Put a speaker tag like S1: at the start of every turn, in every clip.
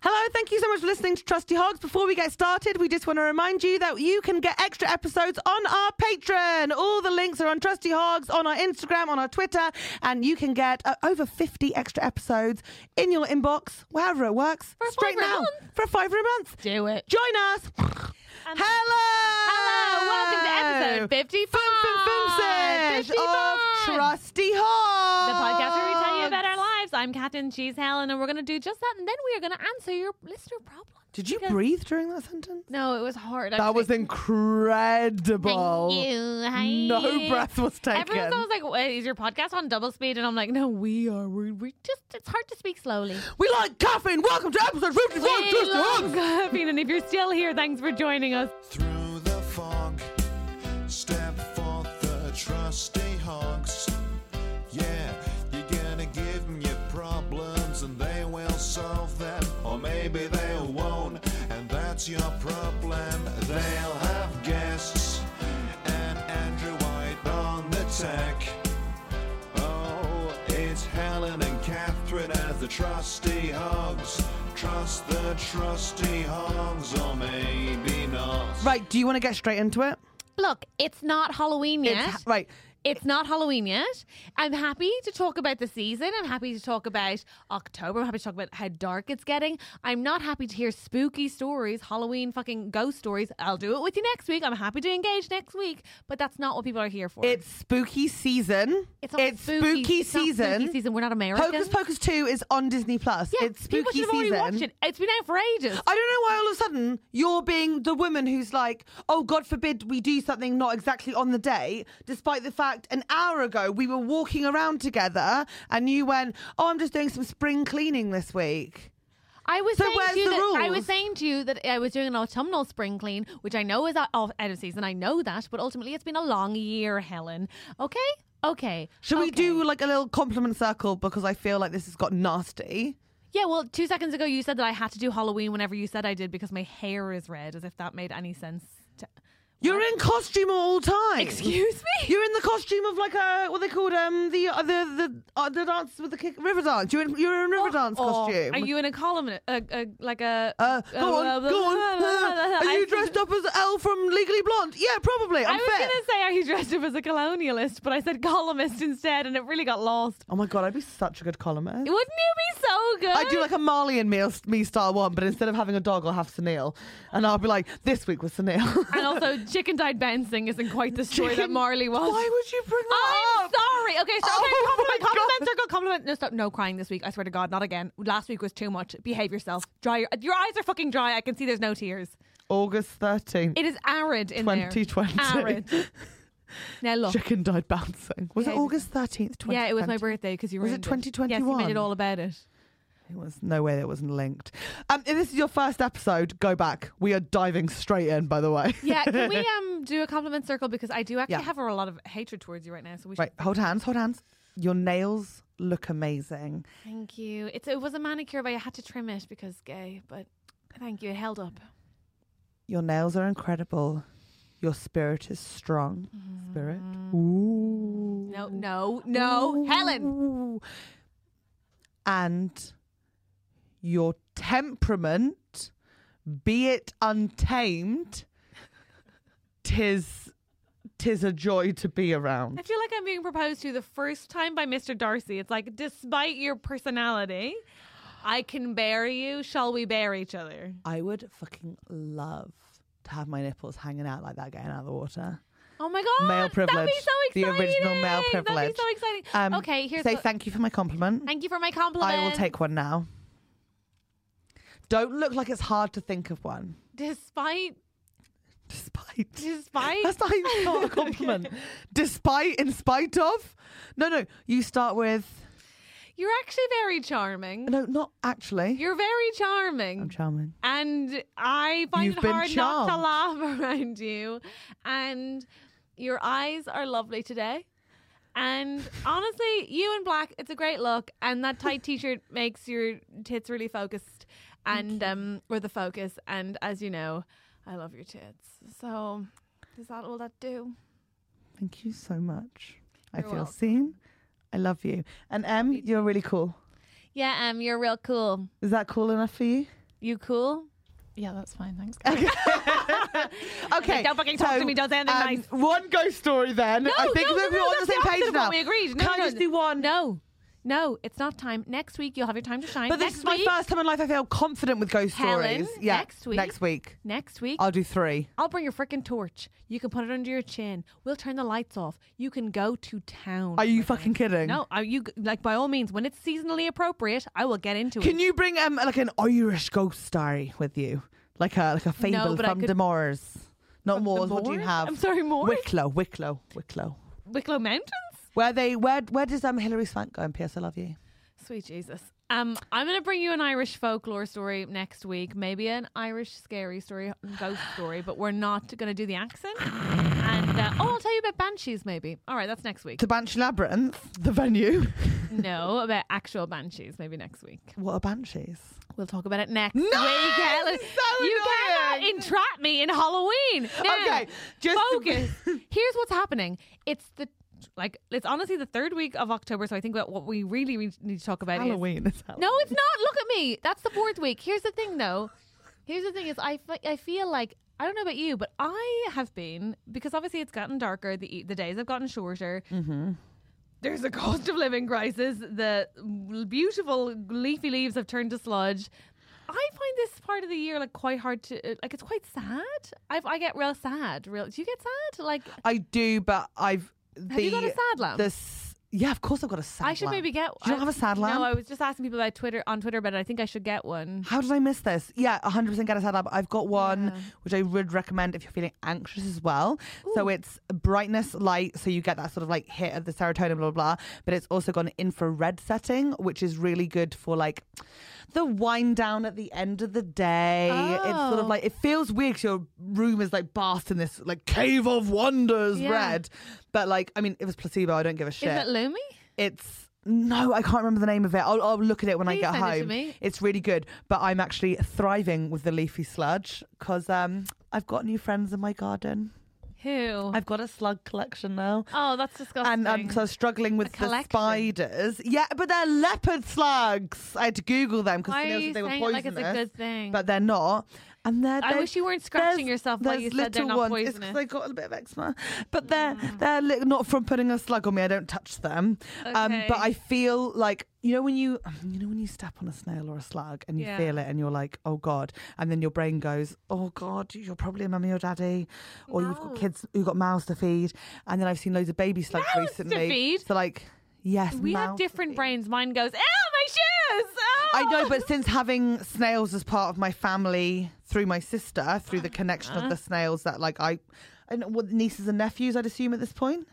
S1: Hello, thank you so much for listening to Trusty Hogs. Before we get started, we just want to remind you that you can get extra episodes on our Patreon. All the links are on Trusty Hogs, on our Instagram, on our Twitter, and you can get uh, over 50 extra episodes in your inbox, wherever it works,
S2: For a
S1: straight
S2: fiver a
S1: now,
S2: month.
S1: for a five a month.
S2: Do it. Um,
S1: Join us. Hello!
S2: Hello, welcome to episode 55.
S1: Fum, fum, fum, sesh
S2: 55.
S1: of Trusty
S2: The
S1: Hogs.
S2: podcast where we tell you about our lives. I'm Catherine, she's Helen, and we're going to do just that. And then we are going to answer your listener problem.
S1: Did you
S2: Because-
S1: breathe during that sentence?
S2: No, it was hard.
S1: That was incredible.
S2: Thank you. Hi.
S1: No breath was taken.
S2: Everyone's always like, Wait, "Is your podcast on double speed?" And I'm like, "No, we are. We, we just—it's hard to speak slowly."
S1: we like caffeine. Welcome to episode 51.
S2: We
S1: Just
S2: love
S1: Hugs.
S2: caffeine, and if you're still here, thanks for joining us.
S3: Through the fog, step forth the trusty hogs. Yeah, you're gonna give 'em your problems and they will solve them, or maybe they won't, and that's your problem. They'll have guests and Andrew White on the tech. Oh, it's Helen and Catherine as the trusty hogs. Trust the trusty hogs, or maybe not.
S1: Right, do you want to get straight into it?
S2: Look, it's not Halloween
S1: It's-
S2: yet.
S1: right.
S2: It's not Halloween yet. I'm happy to talk about the season. I'm happy to talk about October. I'm happy to talk about how dark it's getting. I'm not happy to hear spooky stories, Halloween fucking ghost stories. I'll do it with you next week. I'm happy to engage next week, but that's not what people are here for.
S1: It's spooky season.
S2: not
S1: spooky,
S2: it's not
S1: season.
S2: spooky season. We're not American.
S1: Hocus Pocus 2 is on Disney Plus.
S2: yeah,
S1: it's
S2: people
S1: spooky
S2: should have already watched
S1: season.
S2: it. It's been out for ages.
S1: I don't know why all of a sudden you're being the woman who's like, oh, God forbid we do something not exactly on the day, despite the fact an hour ago we were walking around together and you went, oh, I'm just doing some spring cleaning this week.
S2: I was
S1: So
S2: saying
S1: where's
S2: to you
S1: the
S2: that I was
S1: rules?
S2: saying to you that I was doing an autumnal spring clean, which I know is out out of season. I know that, but ultimately it's been a long year, Helen. Okay, okay.
S1: Should we
S2: okay.
S1: do like a little compliment circle because I feel like this has got nasty?
S2: Yeah. Well, two seconds ago you said that I had to do Halloween whenever you said I did because my hair is red, as if that made any sense. To...
S1: You're in costume all time.
S2: Excuse me?
S1: You're in the costume of like a what they called um the uh, the the, uh, the dance with the kick, river dance. You're in you're in river dance
S2: Oh,
S1: costume.
S2: Are you in a column? Uh, uh, like a.
S1: Uh, go on,
S2: blah, blah,
S1: go on.
S2: blah, blah, blah, blah.
S1: Are
S2: I
S1: you
S2: think-
S1: dressed up as Elle from Legally Blonde? Yeah, probably.
S2: I
S1: I'm
S2: was
S1: fair.
S2: going to say are you dressed up as a colonialist, but I said columnist instead, and it really got lost.
S1: Oh my god, I'd be such a good columnist.
S2: Wouldn't you be so good?
S1: I do like a Marley and me, me style one, but instead of having a dog, I'll have Sunil, and I'll be like, "This week was Sunil."
S2: And also, chicken dyed bouncing isn't quite the story that
S1: Chicken-
S2: Marley was.
S1: Why would you bring that
S2: Oh, I'm
S1: up?
S2: sorry. Okay, so okay,
S1: Oh
S2: compliment,
S1: my
S2: compliment,
S1: God.
S2: circle, compliment. No, stop. No crying this week. I swear to God, not again. Last week was too much. Behave yourself. Dry your, your eyes are fucking dry. I can see there's no tears.
S1: August thirteenth.
S2: It is arid in there.
S1: 2020.
S2: Arid. Now look.
S1: Chicken died bouncing. Was
S2: Yeah,
S1: it
S2: it was-
S1: August 13th, 2020?
S2: Yeah, it was my birthday because you were.
S1: Was it
S2: Yes, you made it
S1: 2021?
S2: all about it.
S1: It was no way that wasn't linked. Um, if this is your first episode, go back. We are diving straight in, by the way.
S2: Yeah, can we um do a compliment circle because I do actually
S1: Yeah.
S2: have a lot of hatred towards you right now. So we should
S1: right, hold hands, hold hands. Your nails look amazing.
S2: Thank you. It's, it was a manicure, but I had to trim it because gay. But thank you. It held up.
S1: Your nails are incredible. Your spirit is strong. Spirit.
S2: Mm.
S1: Ooh.
S2: No, no, no. Helen.
S1: Ooh. And your temperament, be it untamed, tis tis a joy to be around.
S2: I feel like I'm being proposed to the first time by Mr. Darcy. It's like, despite your personality, I can bear you. Shall we bear each other?
S1: I would fucking love to have my nipples hanging out like that, getting out of the water.
S2: Oh my god!
S1: Male
S2: That'd be
S1: privilege.
S2: so
S1: The
S2: exciting.
S1: original male
S2: That'd
S1: privilege. Um,
S2: be so exciting. okay, here's
S1: say
S2: what-
S1: thank you for my compliment.
S2: Thank you for my compliment.
S1: I will take one now. Don't look like it's hard to think of one.
S2: Despite,
S1: Despite.
S2: despite.
S1: That's not, even not a compliment. Despite, in spite of. No, no. You start with.
S2: You're actually very charming.
S1: No, not actually.
S2: You're very charming.
S1: I'm charming.
S2: and I find
S1: You've
S2: it
S1: been
S2: hard not to
S1: charmed.
S2: laugh around you. And your eyes are lovely today. And honestly, you in black, it's a great look. And that tight t-shirt makes your tits really focused, and um, or the focus. And as you know, I love your tits. So is that all that do?
S1: Thank you so much. I
S2: You're
S1: feel
S2: welcome.
S1: seen. I love you. And Em, you're really cool.
S2: Yeah, um, you're real cool.
S1: Is that cool enough for you?
S2: You cool?
S4: Yeah, that's fine. Thanks.
S1: Okay. um,
S2: don't fucking talk to me, don't say anything nice.
S1: One ghost story then. I think
S2: no,
S1: that we're
S2: no, no,
S1: on the
S2: that's
S1: same
S2: opposite
S1: page
S2: of
S1: now.
S2: what We agreed. No,
S1: Can
S2: no,
S1: I just do one?
S2: No, no, it's not time. Next week you'll have your time to shine.
S1: But this
S2: next
S1: is my
S2: week,
S1: first time in life I feel confident with ghost
S2: Helen,
S1: stories. Yeah.
S2: next week.
S1: Next week.
S2: Next week,
S1: I'll do three.
S2: I'll bring your freaking torch. You can put it under your chin. We'll turn the lights off. You can go to town.
S1: Are you
S2: We're
S1: fucking
S2: going.
S1: kidding?
S2: No, are you like by all means when it's seasonally appropriate, I will get into
S1: Can
S2: it.
S1: you bring um like an Irish ghost story with you? Like a like a fable
S2: but I
S1: from
S2: could-
S1: the moors. Not moors, what do you
S2: moors?
S1: have?
S2: I'm sorry, moors?
S1: Wicklow, Wicklow, Wicklow.
S2: Wicklow Mountains?
S1: Where they where where does um Hilary Swank go in PS I Love You?
S2: Sweet Jesus. Um, I'm going to bring you an Irish folklore story next week. Maybe an Irish scary story, mm, ghost story, but we're not going to do the accent. And uh, oh, I'll tell you about banshees maybe. All right, that's next week.
S1: To Banshee Labyrinth, the venue.
S2: no, about actual banshees maybe next week.
S1: what are banshees?
S2: We'll talk about it next week,
S1: No!
S2: Helen.
S1: So
S2: you cannot
S1: annoying.
S2: entrap me in Halloween. Now,
S1: Okay, just to be-
S2: focus. Here's what's happening. It's the like it's honestly the third week of October, so I think what, what we really re- need to talk about is
S1: Halloween is Halloween.
S2: no, it's not. Look at me. That's the fourth week. Here's the thing, though. Here's the thing is I, fe- I feel like I don't know about you, but I have been because obviously it's gotten darker. The e- the days have gotten shorter. Mm-hmm. There's a cost of living crisis. The beautiful leafy leaves have turned to sludge. I find this part of the year like quite hard to uh, like. It's quite sad. I've, I get real sad. Real. Do you get sad? Like
S1: I do, but I've the,
S2: Have you got a sad lamp?
S1: This, yeah, of course I've got a sad.
S2: I should
S1: lamp.
S2: maybe get.
S1: Do you not have a sad lamp?
S2: No, I was just asking people about Twitter on Twitter, but I think I should get one.
S1: How did I miss this? Yeah, 100% get a sad lamp. I've got one which I would recommend if you're feeling anxious as well. So it's brightness light, so you get that sort of like hit of the serotonin, blah, blah, blah. But it's also got an infrared setting, which is really good for like the wind down at the end of the day. It's sort
S2: Oh.
S1: of like, it feels weird 'cause your room is like bathed in this like cave of wonders
S2: Yeah.
S1: red. But like, I mean, it was placebo, I don't give a shit.
S2: Is that Lumi?
S1: It's no, I can't remember the name of it. I'll, I'll look at it when I
S2: Please
S1: get
S2: send it
S1: home.
S2: to me.
S1: It's really good, but I'm actually thriving with the leafy sludge because um, I've got new friends in my garden.
S2: Who?
S1: I've got a slug collection now.
S2: oh, that's Oh. disgusting.
S1: And um, 'cause I was struggling with the
S2: collection.
S1: spiders. Yeah, but they're leopard slugs. I had to Google them because
S2: Why are you
S1: they were
S2: saying
S1: poisonous.
S2: like it's a good thing?
S1: But they're not. And they're,
S2: I
S1: they're-
S2: wish you weren't scratching
S1: there's-
S2: yourself while
S1: there's
S2: you said they're
S1: little
S2: not
S1: ones. It's 'cause
S2: poisonous. Mm.
S1: I got a bit of eczema. But they're, they're li- not from putting a slug on me. I don't touch them. Um,
S2: Okay.
S1: but I feel like, you know when you you know when you step on a snail or a slug and you
S2: Yeah.
S1: feel it and you're like, oh God. And then your brain goes, oh God, you're probably a mummy or daddy. Or you've got kids who've got mouths to feed. And then I've seen loads of baby slugs
S2: Mouths to
S1: recently.
S2: feed?
S1: So like, yes,
S2: we have
S1: mouths to
S2: different
S1: feed.
S2: brains. Mine goes, "Ow, my shoes!" Ow!
S1: I know, but since having snails as part of my family through my sister, through the connection
S2: Uh-huh.
S1: of the snails that like I, and what nieces and nephews, I'd assume at this point,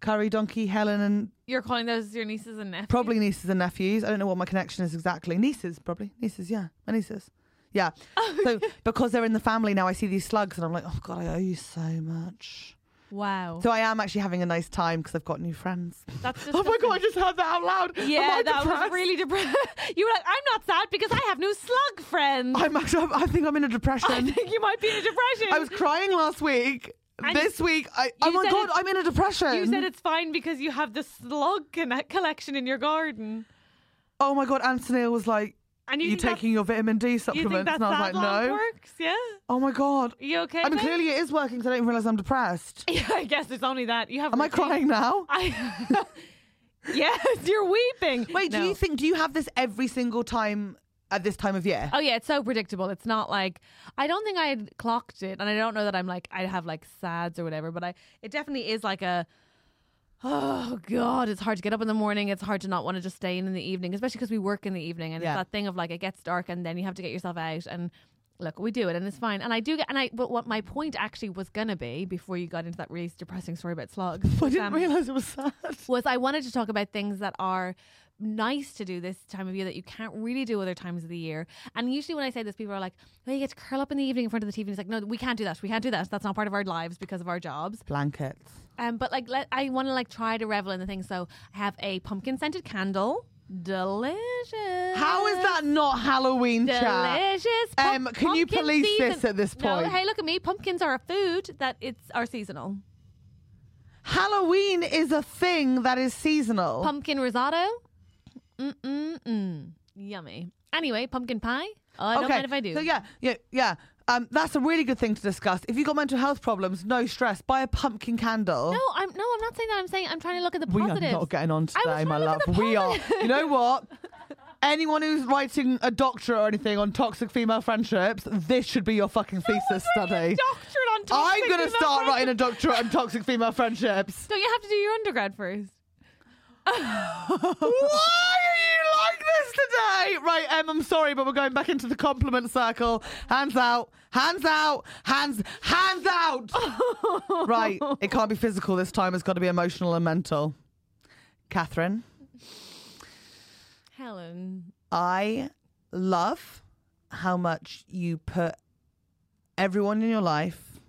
S1: curry donkey Helen and
S2: you're calling those your nieces and nephews.
S1: probably nieces and nephews. I don't know what my connection is exactly. Nieces, probably nieces. Yeah, my nieces. Yeah. "Oh, So because they're in the family now, I see these slugs and I'm like, oh god, I owe you so much.
S2: Wow.
S1: So I am actually having a nice time because I've got new friends.
S2: That's
S1: Oh my
S2: disgusting.
S1: god, I just heard that out loud. Oh Am
S2: Yeah,
S1: I
S2: that was
S1: depressed?
S2: really depressing. you were like, I'm not sad because I have no slug friends.
S1: I'm actually. I think I'm in a depression.
S2: I think you might be in a depression.
S1: I was crying last week.
S2: And
S1: this week, I, oh my
S2: said
S1: god,
S2: it's-
S1: I'm in a depression.
S2: You said it's fine because you have the slug conne- collection in your garden.
S1: Oh my god, Anthony was like,
S2: And you
S1: "You are
S2: think that's-
S1: taking your vitamin D
S2: You
S1: supplements?"
S2: think that's
S1: and I was like,
S2: that lamp
S1: "No."
S2: works? Yeah.
S1: Oh my god.
S2: you okay?
S1: I mean,
S2: babe?
S1: clearly it is working. Cause I don't even realize I'm depressed.
S2: Yeah, I guess it's only that. You have
S1: Am I
S2: routine-
S1: crying now?
S2: I Yes, you're weeping.
S1: Wait, do
S2: No.
S1: you think? Do you have this every single time at this time of year?
S2: Oh yeah, it's so predictable. It's not like I don't think I had clocked it, and I don't know that I'm like I have like sads or whatever, but I it definitely is like a oh god, it's hard to get up in the morning. It's hard to not want to just stay in in the evening, especially because we work in the evening, and
S1: Yeah.
S2: it's that thing of like it gets dark, and then you have to get yourself out and. Look, we do it, and it's fine. And I do get, and I. But what my point actually was gonna be before you got into that really depressing story about slugs,
S1: I
S2: was,
S1: didn't
S2: um,
S1: realize it was sad.
S2: was I wanted to talk about things that are nice to do this time of year that you can't really do other times of the year. And usually when I say this, people are like, well, you get to curl up in the evening in front of the TV. And it's like, no, we can't do that. We can't do that. That's not part of our lives because of our jobs.
S1: Blankets.
S2: Um, but like, let, I want to like try to revel in the thing. So I have a pumpkin scented candle. Delicious.
S1: How is that not Halloween chat?
S2: Delicious.
S1: Um, can you
S2: pumpkin
S1: police
S2: season-
S1: this at this
S2: No,
S1: point?
S2: hey, look at me. Pumpkins are a food that it's are seasonal.
S1: Halloween is a thing that is seasonal.
S2: Pumpkin risotto. Mm mm mm. Yummy. Anyway, pumpkin pie. Oh, I don't mind if I do.
S1: So yeah, yeah, yeah. Um, that's a really good thing to discuss. If you've got mental health problems, no stress. Buy a pumpkin candle.
S2: No, I'm no, I'm not saying that. I'm saying I'm trying to look at the
S1: we
S2: positives.
S1: are not getting on
S2: I was
S1: today,
S2: trying
S1: my
S2: to
S1: love.
S2: look at the
S1: We are.
S2: positives.
S1: You know what? Anyone who's writing a doctorate or anything on toxic female friendships, this should be your fucking thesis
S2: Writing a
S1: study.
S2: doctorate on
S1: I'm
S2: toxic
S1: gonna
S2: female
S1: start
S2: friendships.
S1: writing a doctorate on toxic female friendships.
S2: Don't you have to do your undergrad first?
S1: Why are you like this today? Right, Em, I'm sorry, but we're going back into the compliment circle. Hands out, hands out, hands, hands out. right, it can't be physical this time. It's got to be emotional and mental. Catherine,
S2: Helen.
S1: I love how much you put everyone in your life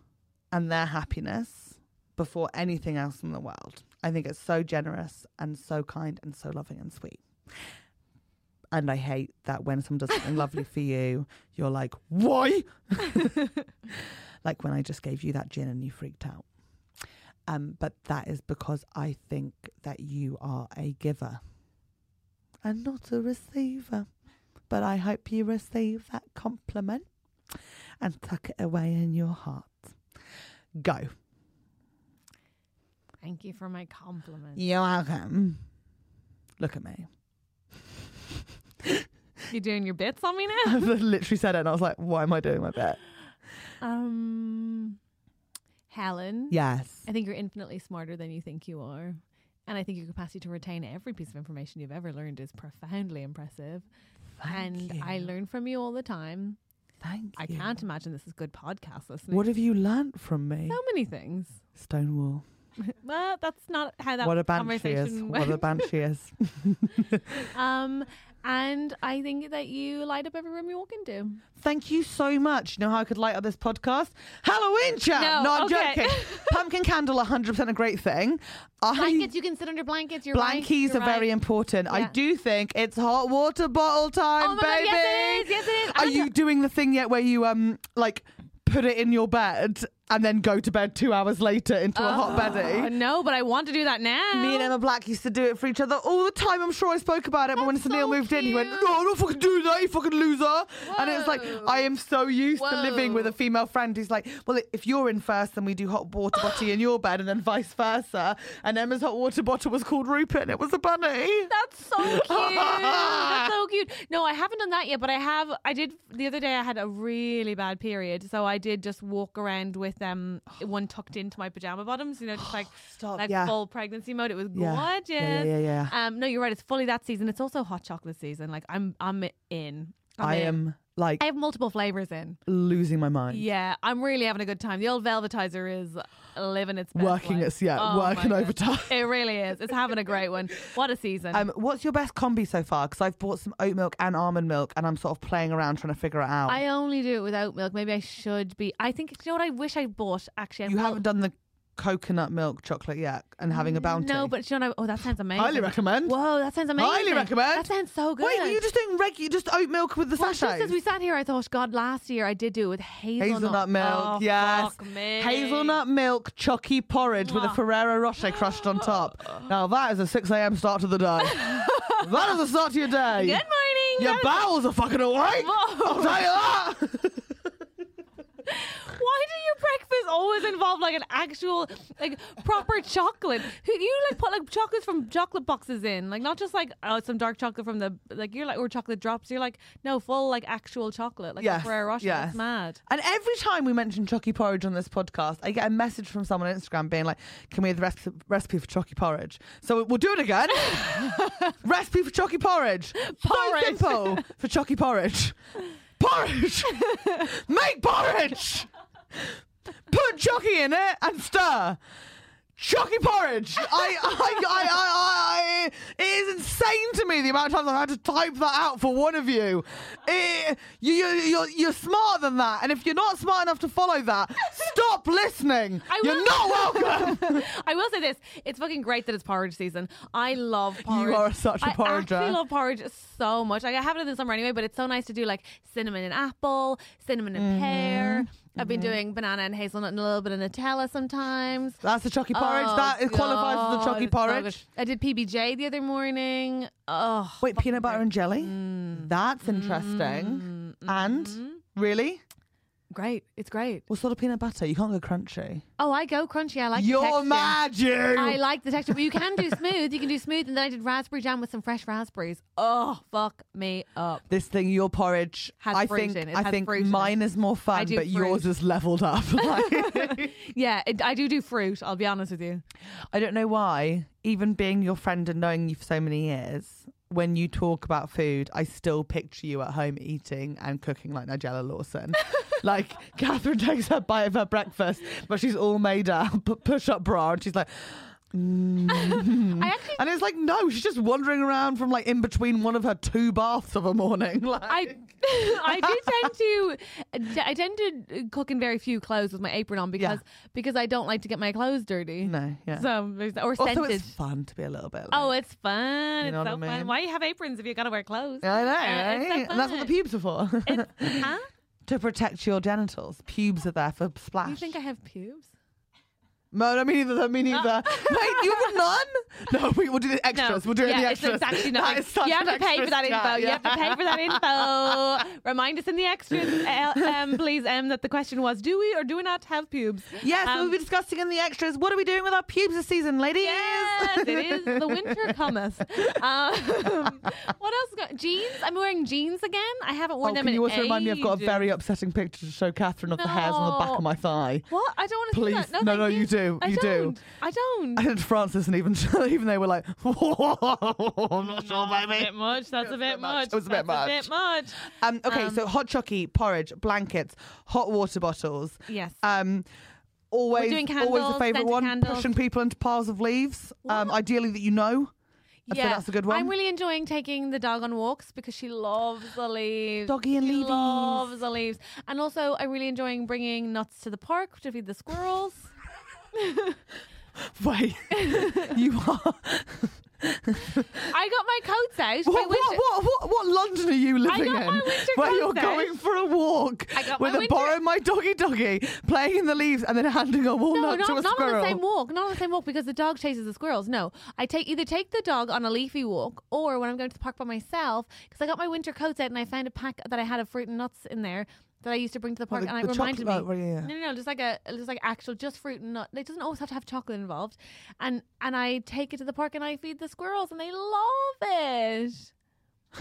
S1: and their happiness before anything else in the world. I think it's so generous and so kind and so loving and sweet. And I hate that when someone does something lovely for you, you're like, why? like when I just gave you that gin and you freaked out. Um, but that is because I think that you are a giver and not a receiver. But I hope you receive that compliment and tuck it away in your heart. Go.
S2: Thank you for my compliment.
S1: You're welcome. Look at me.
S2: You doing your bits on me
S1: I
S2: now?
S1: literally said it and I was like, why am I doing my bit?
S2: um, Helen.
S1: Yes.
S2: I think you're infinitely smarter than you think you are. And I think your capacity to retain every piece of information you've ever learned is profoundly impressive.
S1: Thank
S2: and I
S1: you.
S2: learn from you all the time.
S1: Thank you.
S2: I can't imagine this is good podcast listening.
S1: What have you learnt from me?
S2: so many things.
S1: Stonewall.
S2: Well, that's not how that
S1: What a band she is.
S2: conversation
S1: What a
S2: went.
S1: band she is.
S2: um, and I think that you light up every room you walk into.
S1: Thank you so much. You know how I could light up this podcast? Halloween chat.
S2: No,
S1: I'm
S2: okay.
S1: joking. Pumpkin candle, 100% a great thing. I-
S2: Blankets, you can sit under blankets. You're right,
S1: Blankies
S2: you're
S1: are very
S2: right.
S1: important. I
S2: Yeah.
S1: do think it's hot water bottle time,
S2: Oh my God,
S1: baby.
S2: yes it is, yes it is. I
S1: Are
S2: had
S1: you
S2: to-
S1: doing the thing yet where you um like put it in your bed and then go to bed two hours later into a hot
S2: Oh,
S1: beddie?
S2: no, but I want to do that now.
S1: Me and Emma Black used to do it for each other all the time. I'm sure I spoke about it, but when
S2: That's
S1: Sunil
S2: so
S1: moved in, he went, "No,
S2: cute.
S1: I don't fucking do that, you fucking loser." And it's like
S2: Whoa.
S1: I am so used to living with a
S2: Whoa.
S1: female friend who's like, "Well, if you're in first, then we do hot water bottle in your bed, and then vice versa." And Emma's hot water bottle was called Rupert, and it was a bunny.
S2: That's so cute. That's so cute. No, I haven't done that yet, but I have. I did the other day. I had a really bad period, so I did just walk around with um one tucked into my pajama bottoms. You know, just like
S1: Stop,
S2: like
S1: yeah.
S2: full pregnancy mode. It was
S1: Yeah. Yeah,
S2: gorgeous.
S1: yeah, yeah, yeah.
S2: Um, no, you're right. It's fully that season. It's also hot chocolate season. Like I'm, I'm in. I'm
S1: I
S2: in.
S1: am like
S2: I have multiple flavors in.
S1: losing my mind.
S2: Yeah, I'm really having a good time. The old velvetizer is living its best
S1: Working
S2: life. Oh
S1: its- yeah,
S2: my
S1: working
S2: God.
S1: overtime.
S2: It really is. It's having a great one. What a season.
S1: Um, what's your best combi so far? Because I've bought some oat milk and almond milk, and I'm sort of playing around trying to figure it out.
S2: I only do it without milk. Maybe I should be. I think you know what I wish I bought. Actually,
S1: you
S2: well,
S1: haven't done the coconut milk chocolate yak and having a bounty.
S2: No, but you know, oh, that sounds amazing.
S1: Highly recommend.
S2: Whoa, that sounds amazing.
S1: Highly recommend.
S2: That sounds so good.
S1: Wait, were you just doing regular, just oat milk with the
S2: Well,
S1: sachet?
S2: just as we sat here, I thought, God, last year I did do it with hazelnut,
S1: Hazelnut milk,
S2: Oh,
S1: yes.
S2: fuck me.
S1: Hazelnut milk, chalky porridge with a
S2: Mwah.
S1: Ferrero Rocher crushed on top. Now that is a 6 a.m. start to the day. that is a start to your day.
S2: Good morning.
S1: Your
S2: That is-
S1: bowels are fucking awake.
S2: Whoa.
S1: I'll tell you that.
S2: Why do your breakfast always involve like an actual, like proper chocolate? Who- You like put like chocolates from chocolate boxes in, like not just like oh some dark chocolate from the like you're like or chocolate drops. You're like no full like actual chocolate like
S1: Yes,
S2: Ferrero Rocher.
S1: yes.
S2: That's mad.
S1: And every time we mention chalky porridge on this podcast, I get a message from someone on Instagram being like, "Can we have the recipe, recipe for chalky porridge?" So we'll do it again. recipe for chalky porridge.
S2: Porridge.
S1: So simple for chalky porridge. Porridge. Make porridge. Put chalky in it and stir. Chalky porridge. I, I, I, I, I, it is insane to me the amount of times I've had to type that out for one of you. It, you, you, you're, you're smarter than that, and if you're not smart enough to follow that, stop listening.
S2: I
S1: you're
S2: will-
S1: not welcome.
S2: I will say this: it's fucking great that it's porridge season. I love porridge.
S1: are such a eh?
S2: I
S1: porridger.
S2: actually love porridge so much. Like I have it in the summer anyway, but it's so nice to do like cinnamon and apple, cinnamon and pear.
S1: Mm-hmm.
S2: I've been doing banana and hazelnut and a little bit of Nutella sometimes.
S1: That's the chalky porridge.
S2: Oh,
S1: that it qualifies as the
S2: God,
S1: chalky
S2: it's so
S1: porridge.
S2: good. I did PBJ the other morning. Oh,
S1: Wait, peanut butter and jelly? Mm. That's interesting. And really,
S2: great! It's great.
S1: Mm-hmm. what sort of peanut butter? You can't go crunchy.
S2: Oh, I go crunchy. I like. the
S1: you're
S2: texture.
S1: mad, you.
S2: I like the texture, but you can do smooth. You can do smooth, and then I did raspberry jam with some fresh raspberries. Oh, fuck me up.
S1: this thing, your porridge.
S2: Has
S1: I
S2: fruit
S1: think
S2: in it. It
S1: I
S2: has
S1: think
S2: fruit in
S1: mine
S2: it.
S1: is more
S2: I
S1: fun,
S2: do
S1: but yours
S2: fruit.
S1: is leveled up. Like-
S2: Yeah, it, I do do fruit. I'll be honest with you.
S1: I don't know why, even being your friend and knowing you for so many years, when you talk about food, I still picture you at home eating and cooking like Nigella Lawson. like Catherine takes her bite of her breakfast, but she's all made up, push up bra, and she's like. Mm-hmm.
S2: I actually,
S1: And it's like, no, she's just wandering around from like in between one of her two baths of a morning. Like,
S2: I, I do tend to, I tend to cook in very few clothes with my apron on because because I don't like to get my clothes dirty.
S1: no, yeah.
S2: So there's- or
S1: also,
S2: scented.
S1: it's fun to be a little bit. Like,
S2: Oh, it's fun!
S1: You know
S2: it's so
S1: what I mean?
S2: fun. Why you have aprons if you gotta wear clothes?
S1: I know,
S2: Uh,
S1: right?
S2: it's so
S1: and that's what the
S2: fun.
S1: pubes are for.
S2: It's- huh?
S1: to protect your genitals. Pubes are there for splash.
S2: You think I have pubes?
S1: No, no, me neither. Me neither. Wait, you have none? No, we, we'll do the extras. We'll do it in
S2: Oh. yeah,
S1: the extras.
S2: It's exactly not.
S1: That is such
S2: you have
S1: an
S2: to pay for
S1: extras
S2: that info.
S1: chat,
S2: You have to pay
S1: yeah.
S2: for that info. Remind us in the extras, uh, um, please, um, that the question was: Do we or do we not have pubes?
S1: Yes,
S2: Um,
S1: we'll be discussing in the extras. What are we doing with our pubes this season, ladies?
S2: Yes, it is the winter cometh. Um, what else? Got? Jeans. I'm wearing jeans again. I haven't worn
S1: Oh,
S2: them
S1: can
S2: in
S1: you also remind me? I've got a
S2: ages.
S1: very upsetting picture to show Catherine of the hairs on the back
S2: No.
S1: of my thigh.
S2: What? I don't want to
S1: Please.
S2: see that. No,
S1: No,
S2: thank
S1: no, you do.
S2: I
S1: You do.
S2: don't. I don't.
S1: I did Francis, and even even they were like, I'm not sure,
S2: That's
S1: baby.
S2: a bit much. That's a bit much.
S1: It was a bit
S2: That's A bit much.
S1: Um, okay, so hot chocky, porridge, blankets, hot water bottles.
S2: Yes.
S1: Um, always,
S2: doing
S1: always
S2: candles,
S1: a favourite
S2: scented
S1: one.
S2: candles.
S1: Pushing people into piles of leaves. Um, ideally that you know. I feel that's a good one.
S2: I'm really enjoying taking the dog on walks because she loves the leaves.
S1: Doggy and
S2: she
S1: leavies.
S2: loves the leaves. And also, I'm really enjoying bringing nuts to the park to feed the squirrels.
S1: Wait, you are.
S2: I got my coats out. my
S1: What, what,
S2: winter-
S1: what, what, what London are you living
S2: got
S1: in?
S2: my winter
S1: where you're
S2: coat then.
S1: going for a walk
S2: I got my
S1: with a
S2: winter-
S1: borrow my doggy doggy, playing in the leaves, and then handing a
S2: No,
S1: walnut to a
S2: not, not on
S1: squirrel.
S2: the same walk. Not on the same walk because the dog chases the squirrels. No, I take either take the dog on a leafy walk or when I'm going to the park by myself because I got my winter coats out and I found a pack that I had of fruit and nuts in there that I used to bring to the park
S1: Oh, the-
S2: and
S1: the
S2: it reminded me.
S1: chocolate, right, yeah.
S2: No, no, no, just like a just like actual just fruit and nut. It doesn't always have to have chocolate involved. And and I take it to the park and I feed the squirrels and they love it.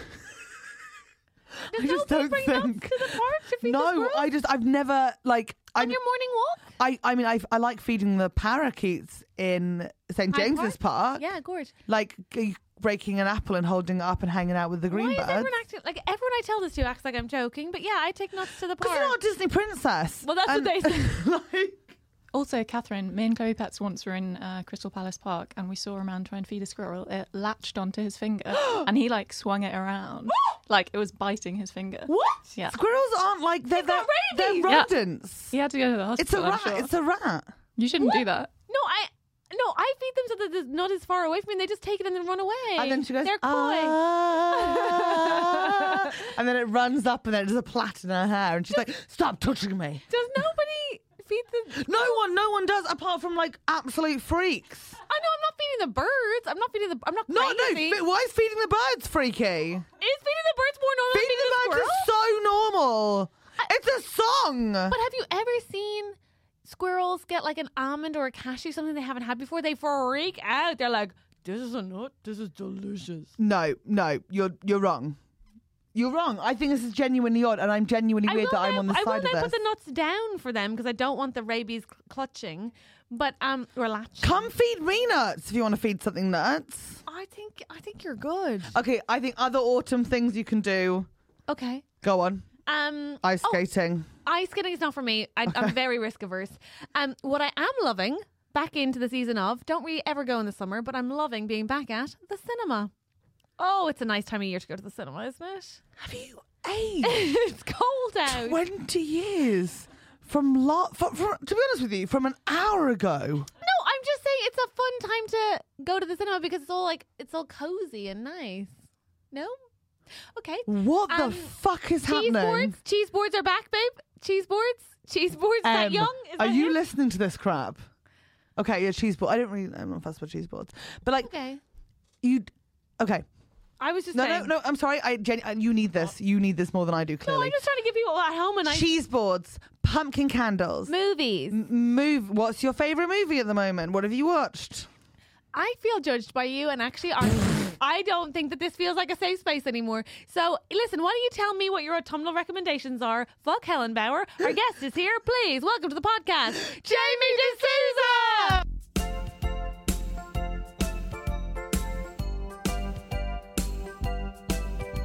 S2: Does
S1: I just don't
S2: nobody bring nuts
S1: think.
S2: to the park to feed the
S1: no,
S2: squirrels?
S1: I just I've never like I'm.
S2: on your morning walk.
S1: I, I mean, I, I like feeding the parakeets in St.
S2: Hyde
S1: James's Park.
S2: Yeah, gorge.
S1: Like g- breaking an apple and holding it up and hanging out with the green
S2: Why is
S1: birds.
S2: everyone acting like everyone I tell this to acts like I'm joking? But yeah, I take nuts to the
S1: Because
S2: park.
S1: you're not a Disney princess.
S2: Well, that's what they say.
S1: like,
S4: Also, Catherine, me and Chloe Pets once were in uh, Crystal Palace Park and we saw a man try and feed a squirrel. It latched onto his finger and he like swung it around. like it was biting his finger.
S1: What?
S4: Yeah.
S1: Squirrels aren't like they're
S2: got
S1: they're, they're
S2: rabies.
S4: Yeah.
S1: rodents.
S4: He had to go to the
S1: It's a
S4: hospital. I'm
S1: rat.
S4: sure.
S1: It's a rat.
S4: You shouldn't do that.
S2: No, I feed them so that they're not as far away from me. And they just take it and then run away.
S1: And then she goes,
S2: they're coy.
S1: "Ah." and then it runs up and then there's a plait in her hair. And she's like, stop touching me.
S2: Does nobody feed them?
S1: No one, no one does apart from like absolute freaks.
S2: I know. I'm not feeding the birds. I'm not feeding the. I'm not.
S1: No, no.
S2: crazy.
S1: fe- Why is feeding the birds freaky?
S2: Is feeding the birds more normal
S1: Feeding the
S2: than
S1: birds
S2: feeding
S1: is
S2: the
S1: so normal. It's a song.
S2: But have you ever seen squirrels get like an almond or a cashew, something they haven't had before? They freak out. They're like, "This is a nut. This is delicious."
S1: No, no, you're you're wrong. You're wrong. I think this is genuinely odd, and I'm genuinely
S2: I
S1: weird
S2: will
S1: that I'm
S2: now-
S1: on the
S2: I will
S1: side of
S2: now
S1: this.
S2: put the nuts down for them because I don't want the rabies cl- clutching. But um, relax.
S1: Come feed me nuts if you want to feed something nuts.
S2: I think I think you're good.
S1: Okay, I think other autumn things you can do.
S2: Okay.
S1: Go on.
S2: Um,
S1: Ice
S2: oh,
S1: skating.
S2: ice skating is not for me. I, I'm very risk averse. Um, what I am loving back into the season of don't really ever go in the summer, but I'm loving being back at the cinema. Oh, it's a nice time of year to go to the cinema, isn't it?
S1: Have you aged
S2: it's cold out.
S1: twenty years from lot? From, from, to be honest with you, from an hour ago.
S2: No, I'm just saying it's a fun time to go to the cinema because it's all like it's all cozy and nice. No, okay.
S1: What
S2: Um,
S1: the fuck is
S2: cheese
S1: Mm, happening?
S2: boards? Cheese boards are back, babe. Cheese boards. Cheese boards. that
S1: Um,
S2: young? Is
S1: are
S2: that
S1: you
S2: hip?
S1: listening to this crap? Okay, yeah, cheese board. I don't really. I'm not fussed about cheese boards, but like
S2: Okay.
S1: you. Okay,
S2: I was just
S1: no, no,
S2: saying.
S1: no. I'm sorry. I genu- uh, you need this. You need this more than I do.
S2: No,
S1: Clearly,
S2: I'm just trying to give people at home and I
S1: cheese boards, pumpkin candles.
S2: movies.
S1: M- move. What's your favorite movie at the moment? What have you watched?
S2: I feel judged by you, and actually, I, I don't think that this feels like a safe space anymore. So, listen, why don't you tell me what your autumnal recommendations are? Fuck Helen Bauer. Our guest is here. Please welcome to the podcast, Jamie D'Souza.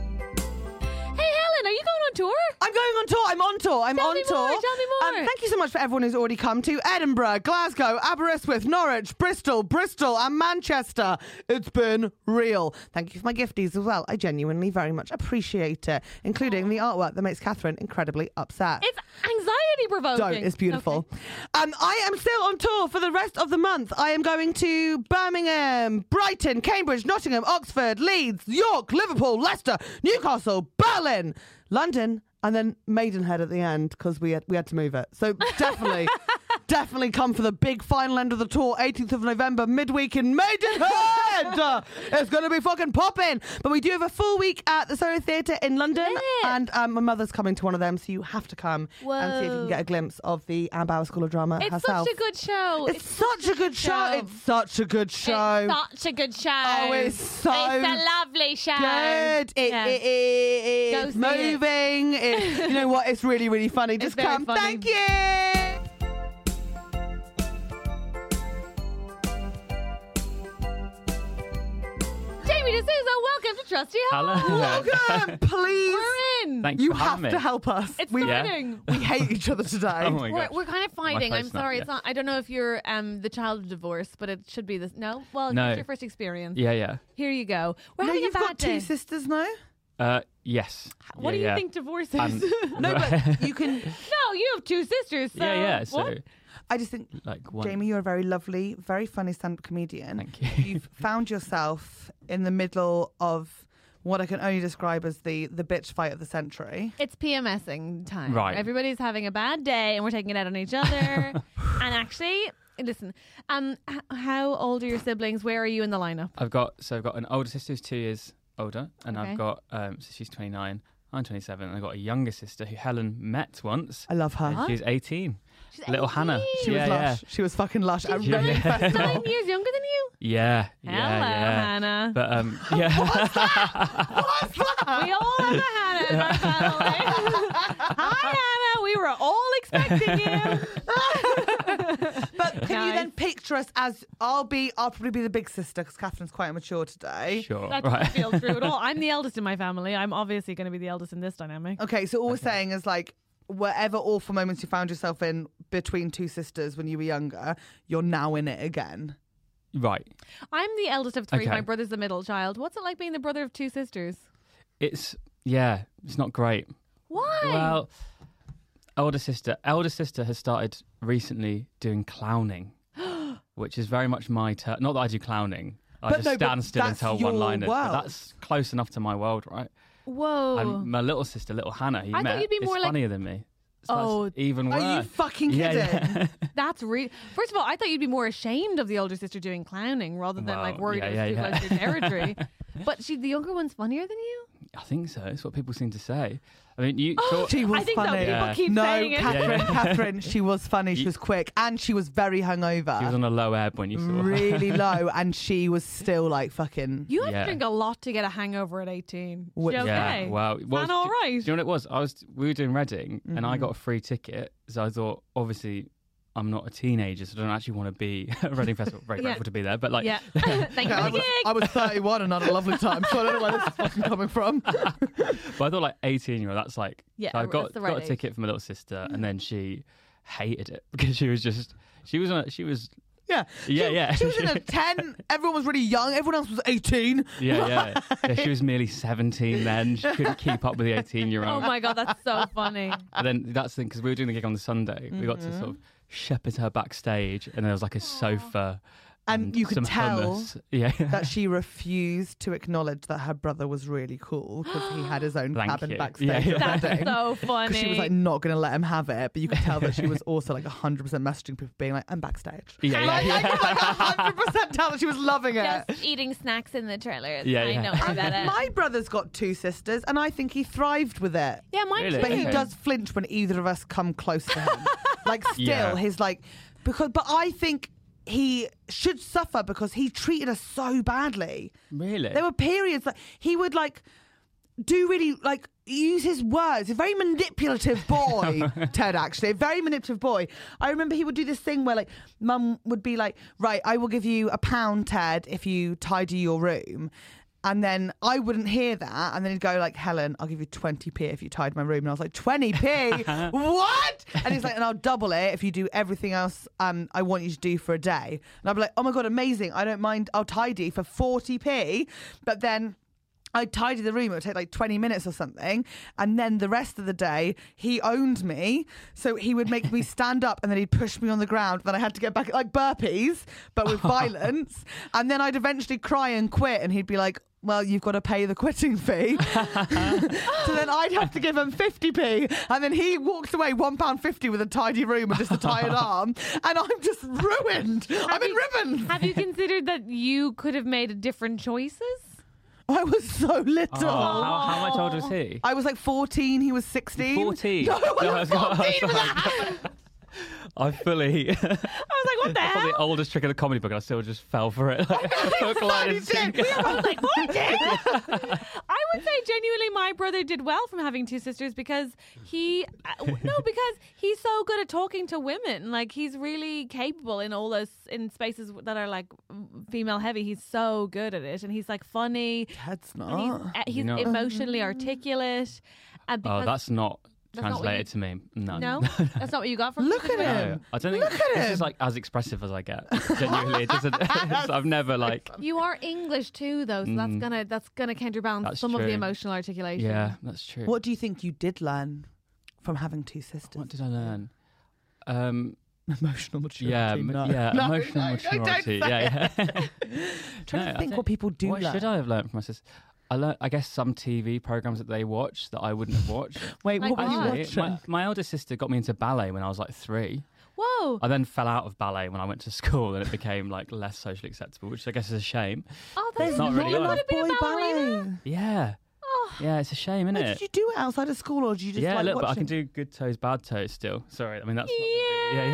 S2: Hey, Helen, are you going on tour?
S1: I'm going on tour. I'm on tour. I'm
S2: Tell
S1: on
S2: me
S1: tour.
S2: more, tell me more.
S1: Um, thank you so much for everyone who's already come to Edinburgh, Glasgow, Aberystwyth, Norwich, Bristol, Bristol, and Manchester. It's been real. Thank you for my gifties as well. I genuinely very much appreciate it, including the artwork that makes Catherine incredibly upset.
S2: It's anxiety provoking.
S1: Don't. It's beautiful. Um, I am still on tour for the rest of the month. I am going to Birmingham, Brighton, Cambridge, Nottingham, Oxford, Leeds, York, Liverpool, Leicester, Newcastle, Berlin, London, and then Maidenhead at the end because we had, we had to move it. So definitely, definitely come for the big final end of the tour, 18th of November, midweek in Maidenhead. Uh, it's going to be fucking popping. But we do have a full week at the Soho Theatre in London,
S2: Yeah.
S1: and um, my mother's coming to one of them, so you have to come and see if you
S2: Whoa.
S1: can get a glimpse of the Anne Bauer School of Drama
S2: It's
S1: herself.
S2: such a good show.
S1: It's, such, a good show. It's such a good show.
S2: It's such a good show.
S1: Oh, it's so
S2: It's a lovely show.
S1: Good. It,
S2: Yeah.
S1: it is
S2: Go see it.
S1: moving. It- you know what? It's really, really funny. Just
S2: very
S1: come.
S2: funny.
S1: Thank you.
S2: Jamie D'Souza, welcome to Trusty Hello.
S1: Welcome. Please.
S2: We're in.
S5: Uh, Thanks
S1: You
S5: for having
S1: have
S5: me.
S1: to help us.
S2: It's
S1: we,
S2: starting.
S1: we hate each other today.
S5: Oh my
S2: We're,
S5: god.
S2: we're kind of fighting. I'm
S5: phone's not-
S2: sorry.
S5: yeah.
S2: It's not. I don't know if you're um, the child of divorce, but it should be this. No. Well,
S5: No.
S2: it's your first experience.
S5: Yeah, yeah.
S2: Here you go. We're
S1: no,
S2: having
S1: you've
S2: a bad
S1: got
S2: day.
S1: two sisters now.
S5: Uh, yes.
S2: what
S5: Yeah,
S2: do you
S5: yeah.
S2: think divorce is?
S5: I'm-
S1: No, but you can.
S2: no, you have two sisters. So
S5: yeah, yeah. So
S2: what?
S1: I just think
S5: like one.
S1: Jamie, you're a very lovely, very funny stand-up comedian.
S5: Thank you.
S1: You've found yourself in the middle of what I can only describe as the the bitch fight of the century.
S2: It's PMSing time.
S5: Right.
S2: Everybody's having a bad day, and we're taking it out on each other. and actually, listen. Um, h- how old are your siblings? Where are you in the lineup?
S5: I've got so I've got an older sister who's two years older, and
S2: Okay.
S5: I've got um so she's twenty nine. I'm 27, and I've got a younger sister who Helen met once.
S1: I love her.
S5: and She's 18.
S2: She's
S5: Little Hannah.
S2: 18.
S1: She was
S5: yeah,
S1: lush. She was fucking lush. at
S2: She's
S5: Yeah.
S1: Reading
S2: nine,
S1: Festival.
S2: nine years younger than you.
S5: yeah. Yeah.
S2: Hello,
S5: yeah.
S2: Hannah.
S5: But um, yeah.
S2: We all have a Hannah in our family. Hi, Hannah. We were all expecting you.
S1: But can you
S2: Nice.
S1: then picture us as I'll be? I'll probably be the big sister because Catherine's quite immature today.
S5: sure.
S2: that doesn't
S5: right.
S2: feel true at all. I'm the eldest in my family. I'm obviously going to be the eldest in this dynamic.
S1: Okay, so all we're saying is like. Whatever awful moments you found yourself in between two sisters when you were younger, you're now in it again.
S5: right.
S2: I'm the eldest of three.
S5: Okay.
S2: My brother's the middle child. What's it like being the brother of two sisters?
S5: It's yeah. It's not great.
S2: Why?
S5: Well, older sister, elder sister has started recently doing clowning, which is very much my ter- not that I do clowning. I
S1: But
S5: just
S1: no, but
S5: stand still and
S1: that's
S5: tell
S1: your
S5: one liners.
S1: world. Oh.
S5: But that's close enough to my world, right?
S2: Whoa.
S5: And my little sister, little Hannah, who you
S2: I thought
S5: met,
S2: you'd be
S5: is
S2: more like-
S5: funnier than me. So
S2: Oh,
S5: that's even worse.
S1: Are you fucking kidding?
S5: Yeah, yeah.
S2: That's real. First of all, I thought you'd be more ashamed of the older sister doing clowning rather than like
S5: Well,
S2: worried
S5: yeah,
S2: it was
S5: yeah,
S2: too
S5: yeah.
S2: close to your territory. but she, the younger one's funnier than you.
S5: I think so. It's what people seem to say. I mean, you. talk-
S1: She was
S2: I think so.
S1: funny.
S2: People
S5: Yeah.
S2: keep
S1: no,
S2: saying it.
S1: Catherine, Catherine, she was funny. She was quick, and she was very hungover,
S5: she was on a low ebb when you saw her.
S1: really low, and she was still like fucking.
S2: You have
S5: Yeah.
S2: to drink a lot to get a hangover at eighteen. She
S1: Wh-
S2: okay?
S5: Yeah. Wow. Well,
S2: Fan all
S5: do-
S2: right. Mm-hmm.
S5: Do, you know what it was? I was we were doing Reading and I got a free ticket, so I thought obviously I'm not a teenager, so I don't actually want to be at Reading Festival. Very
S2: Yeah.
S5: grateful to be there, but like
S2: yeah. Thank you
S1: I
S2: for the
S1: was,
S2: gig.
S1: I was 31 and had a lovely time, so I don't know where this is fucking coming from.
S5: But I thought like 18 year old, that's like
S2: Yeah,
S5: so I
S2: that's
S5: got
S2: the right
S5: got a
S2: age. Mm-hmm.
S5: ticket for my little sister, and then she hated it because she was just she was on a, she was
S1: Yeah.
S5: Yeah,
S1: she,
S5: yeah.
S1: She was in a 10. Everyone was really young. Everyone else was 18.
S5: yeah yeah, yeah she was merely 17 then she couldn't keep up with the 18 year
S2: Oh
S5: old.
S2: my god, that's so funny.
S5: And then that's the thing because we were doing the gig on the Sunday, we got to sort of
S1: Mm-hmm.
S5: shepherd her backstage, and there was like a sofa.
S1: And you could
S5: some
S1: tell
S5: hummus. yeah,
S1: That she refused to acknowledge that her brother was really cool because he had his own
S5: Thank
S1: cabin
S5: you.
S1: backstage.
S5: Yeah,
S1: at
S5: yeah.
S2: That's
S1: Reading.
S2: so funny.
S1: Because she was like not going to let him have it, but you could tell that she was also like 100% messaging people, being like, "I'm backstage."
S5: Yeah, yeah,
S1: like,
S5: yeah.
S1: I could like 100% tell that she was loving it.
S2: just eating snacks in the trailer. It's
S5: Yeah,
S2: fine,
S5: yeah.
S2: Don't worry about it.
S1: My brother's got two sisters, and I think he thrived with it.
S2: yeah, mine
S5: Really?
S2: too.
S1: But he
S5: Okay.
S1: does flinch when either of us come close to him. like still,
S5: Yeah.
S1: he's like because. But I think he should suffer because he treated us so badly.
S5: Really?
S1: There were periods like he would like do really like use his words. A very manipulative boy, Ted. Actually, a very manipulative boy. I remember he would do this thing where like mum would be like, "Right, I will give you a pound, Ted, if you tidy your room." And then I wouldn't hear that, and then he'd go like, "Helen, I'll give you twenty p if you tidy my room." And I was like, 20 p? What?" And he's like, "And I'll double it if you do everything else um, I want you to do for a day." And I'd be like, "Oh my god, amazing! I don't mind. I'll tidy for forty p." But then I tidied the room. It would take like 20 minutes or something. And then the rest of the day, he owned me. So he would make me stand up and then he'd push me on the ground. Then I had to get back, like burpees, but with violence. And then I'd eventually cry and quit. And he'd be like, well, you've got to pay the quitting fee. so then I'd have to give him 50p. And then he walks away £1.50 with a tidy room and just a tired arm. And I'm just ruined. I'm in
S2: you-
S1: ribbons.
S2: Have you considered that you could have made different choices?
S1: I was so little.
S5: Oh, how, how much old was he?
S1: I was like 14, he was 16.
S5: 14?
S1: No, I
S5: No, I
S1: was
S5: was
S1: 14
S5: not-
S1: when that happened.
S5: I fully.
S2: I was like, what the
S5: Probably
S2: hell?
S5: the oldest trick of the comedy book, and I still just fell for it. Like, hook, line, and
S1: Bloody
S5: sinker.
S1: dick. We were both like,
S5: "Oh,
S1: "What?"
S2: I would say genuinely, my brother did well from having two sisters because he uh, w- no, because he's so good at talking to women. Like he's really capable in all those in spaces that are like female heavy. He's so good at it, and he's like funny.
S1: That's
S2: and he's,
S1: not.
S2: uh, he's
S5: know-
S2: emotionally articulate. Uh,
S5: Oh,
S2: because-
S5: that's not
S2: That's not what
S5: translated
S2: you-
S5: to me. No.
S2: no, that's not what you got from.
S1: Look at
S2: him.
S1: him.
S5: No. I don't think
S1: Look at
S5: this
S1: him.
S5: is like as expressive as I get. Genuinely, it doesn't, so I've never like.
S2: You are English too, though, so that's gonna that's gonna counterbalance
S5: Mm. That's
S2: some of the
S5: true.
S2: emotional articulation.
S5: Yeah, that's true.
S1: What do you think you did learn from having two sisters?
S5: What did I learn? Um,
S1: Emotional maturity.
S5: yeah, m-
S1: no.
S5: yeah,
S1: No,
S5: emotional
S1: no, no, don't
S5: maturity.
S1: say it.
S5: yeah, yeah.
S1: trying
S5: No,
S1: to
S5: I
S1: think
S5: don't-
S1: what people do
S5: What
S1: learn.
S5: should I have learned from my sister? I learned, I guess, some TV programs that they watch that I wouldn't have watched.
S1: Wait, what
S2: Like
S1: were you
S2: what?
S5: Actually,
S1: watching?
S5: my, my older sister got me into ballet when I was like three.
S2: Whoa.
S5: I then fell out of ballet when I went to school, and it became like less socially acceptable, which I guess is a shame.
S2: Oh, that's
S1: There's
S5: not really
S2: You
S5: on.
S2: want to be a
S1: boy
S2: ballerina?
S1: ballet.
S5: Yeah,
S2: Oh.
S5: yeah, it's a shame, isn't
S1: Wait,
S5: it?
S1: Did you do it outside of school or did you just
S5: yeah,
S1: like
S5: look,
S1: watch
S5: but I can
S1: it?
S5: do good toes, bad toes still. Sorry, I mean that's. Not
S2: Yeah.
S5: yeah,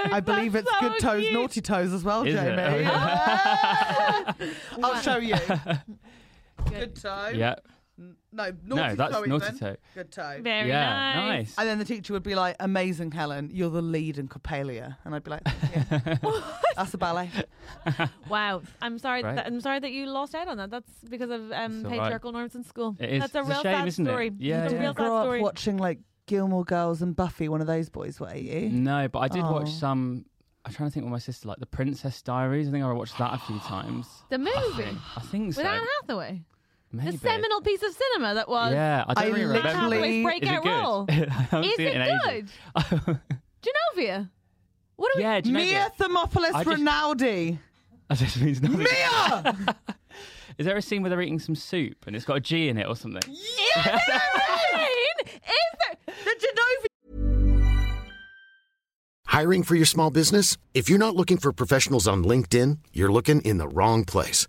S5: yeah.
S1: I believe
S2: That's
S1: it's
S2: so
S1: good toes,
S2: cute.
S1: naughty toes as well,
S5: Is it?
S1: Jamie.
S5: Oh,
S1: I'll show you. Good toe.
S5: yeah,
S1: No, naughty
S5: no, that's
S1: toe.
S5: naughty
S1: Ethan.
S5: toe.
S1: Good toe.
S2: Very
S5: yeah,
S2: nice.
S5: nice.
S1: And then the teacher would be like, "Amazing, Helen, you're the lead in Coppelia," and I'd be like, yeah. "That's a ballet."
S2: Wow. I'm sorry.
S5: Right.
S2: That, I'm sorry that you lost out on that. That's because of um,
S5: It's all right.
S2: patriarchal norms in school.
S5: It is.
S2: That's a
S5: It's a
S2: real
S5: shame,
S2: sad
S5: isn't it?
S2: story.
S5: Yeah,
S2: It's a
S5: yeah.
S2: real
S1: Grow
S2: sad
S1: up
S2: story.
S1: watching like Gilmore Girls and Buffy. One of those boys, were you?
S5: No, but I did
S1: Oh.
S5: watch some. I'm trying to think with my sister, like the Princess Diaries. I think I watched that a few times.
S2: The
S5: Oh,
S2: movie
S5: I think so.
S2: with Anne Hathaway.
S5: Maybe.
S2: The seminal piece of cinema that was.
S5: Yeah, I don't
S1: I
S5: really
S2: Anne
S5: remember.
S1: literally-
S2: Hathaway's
S5: Is
S2: breakout
S5: it good?
S2: role.
S5: I haven't
S2: Is
S5: seen
S2: it
S5: it in ages.
S2: good? Genovia. What do we?
S5: Yeah, do you know
S1: Mia
S5: this?
S1: Thermopolis
S5: I just-
S1: Ronaldi.
S5: That just means nothing.
S1: Mia!
S5: Is there a scene where they're eating some soup and it's got a G in it or something?
S1: yeah!
S2: Is there?
S1: Did you know if
S6: Hiring for your small business? If you're not looking for professionals on LinkedIn, you're looking in the wrong place.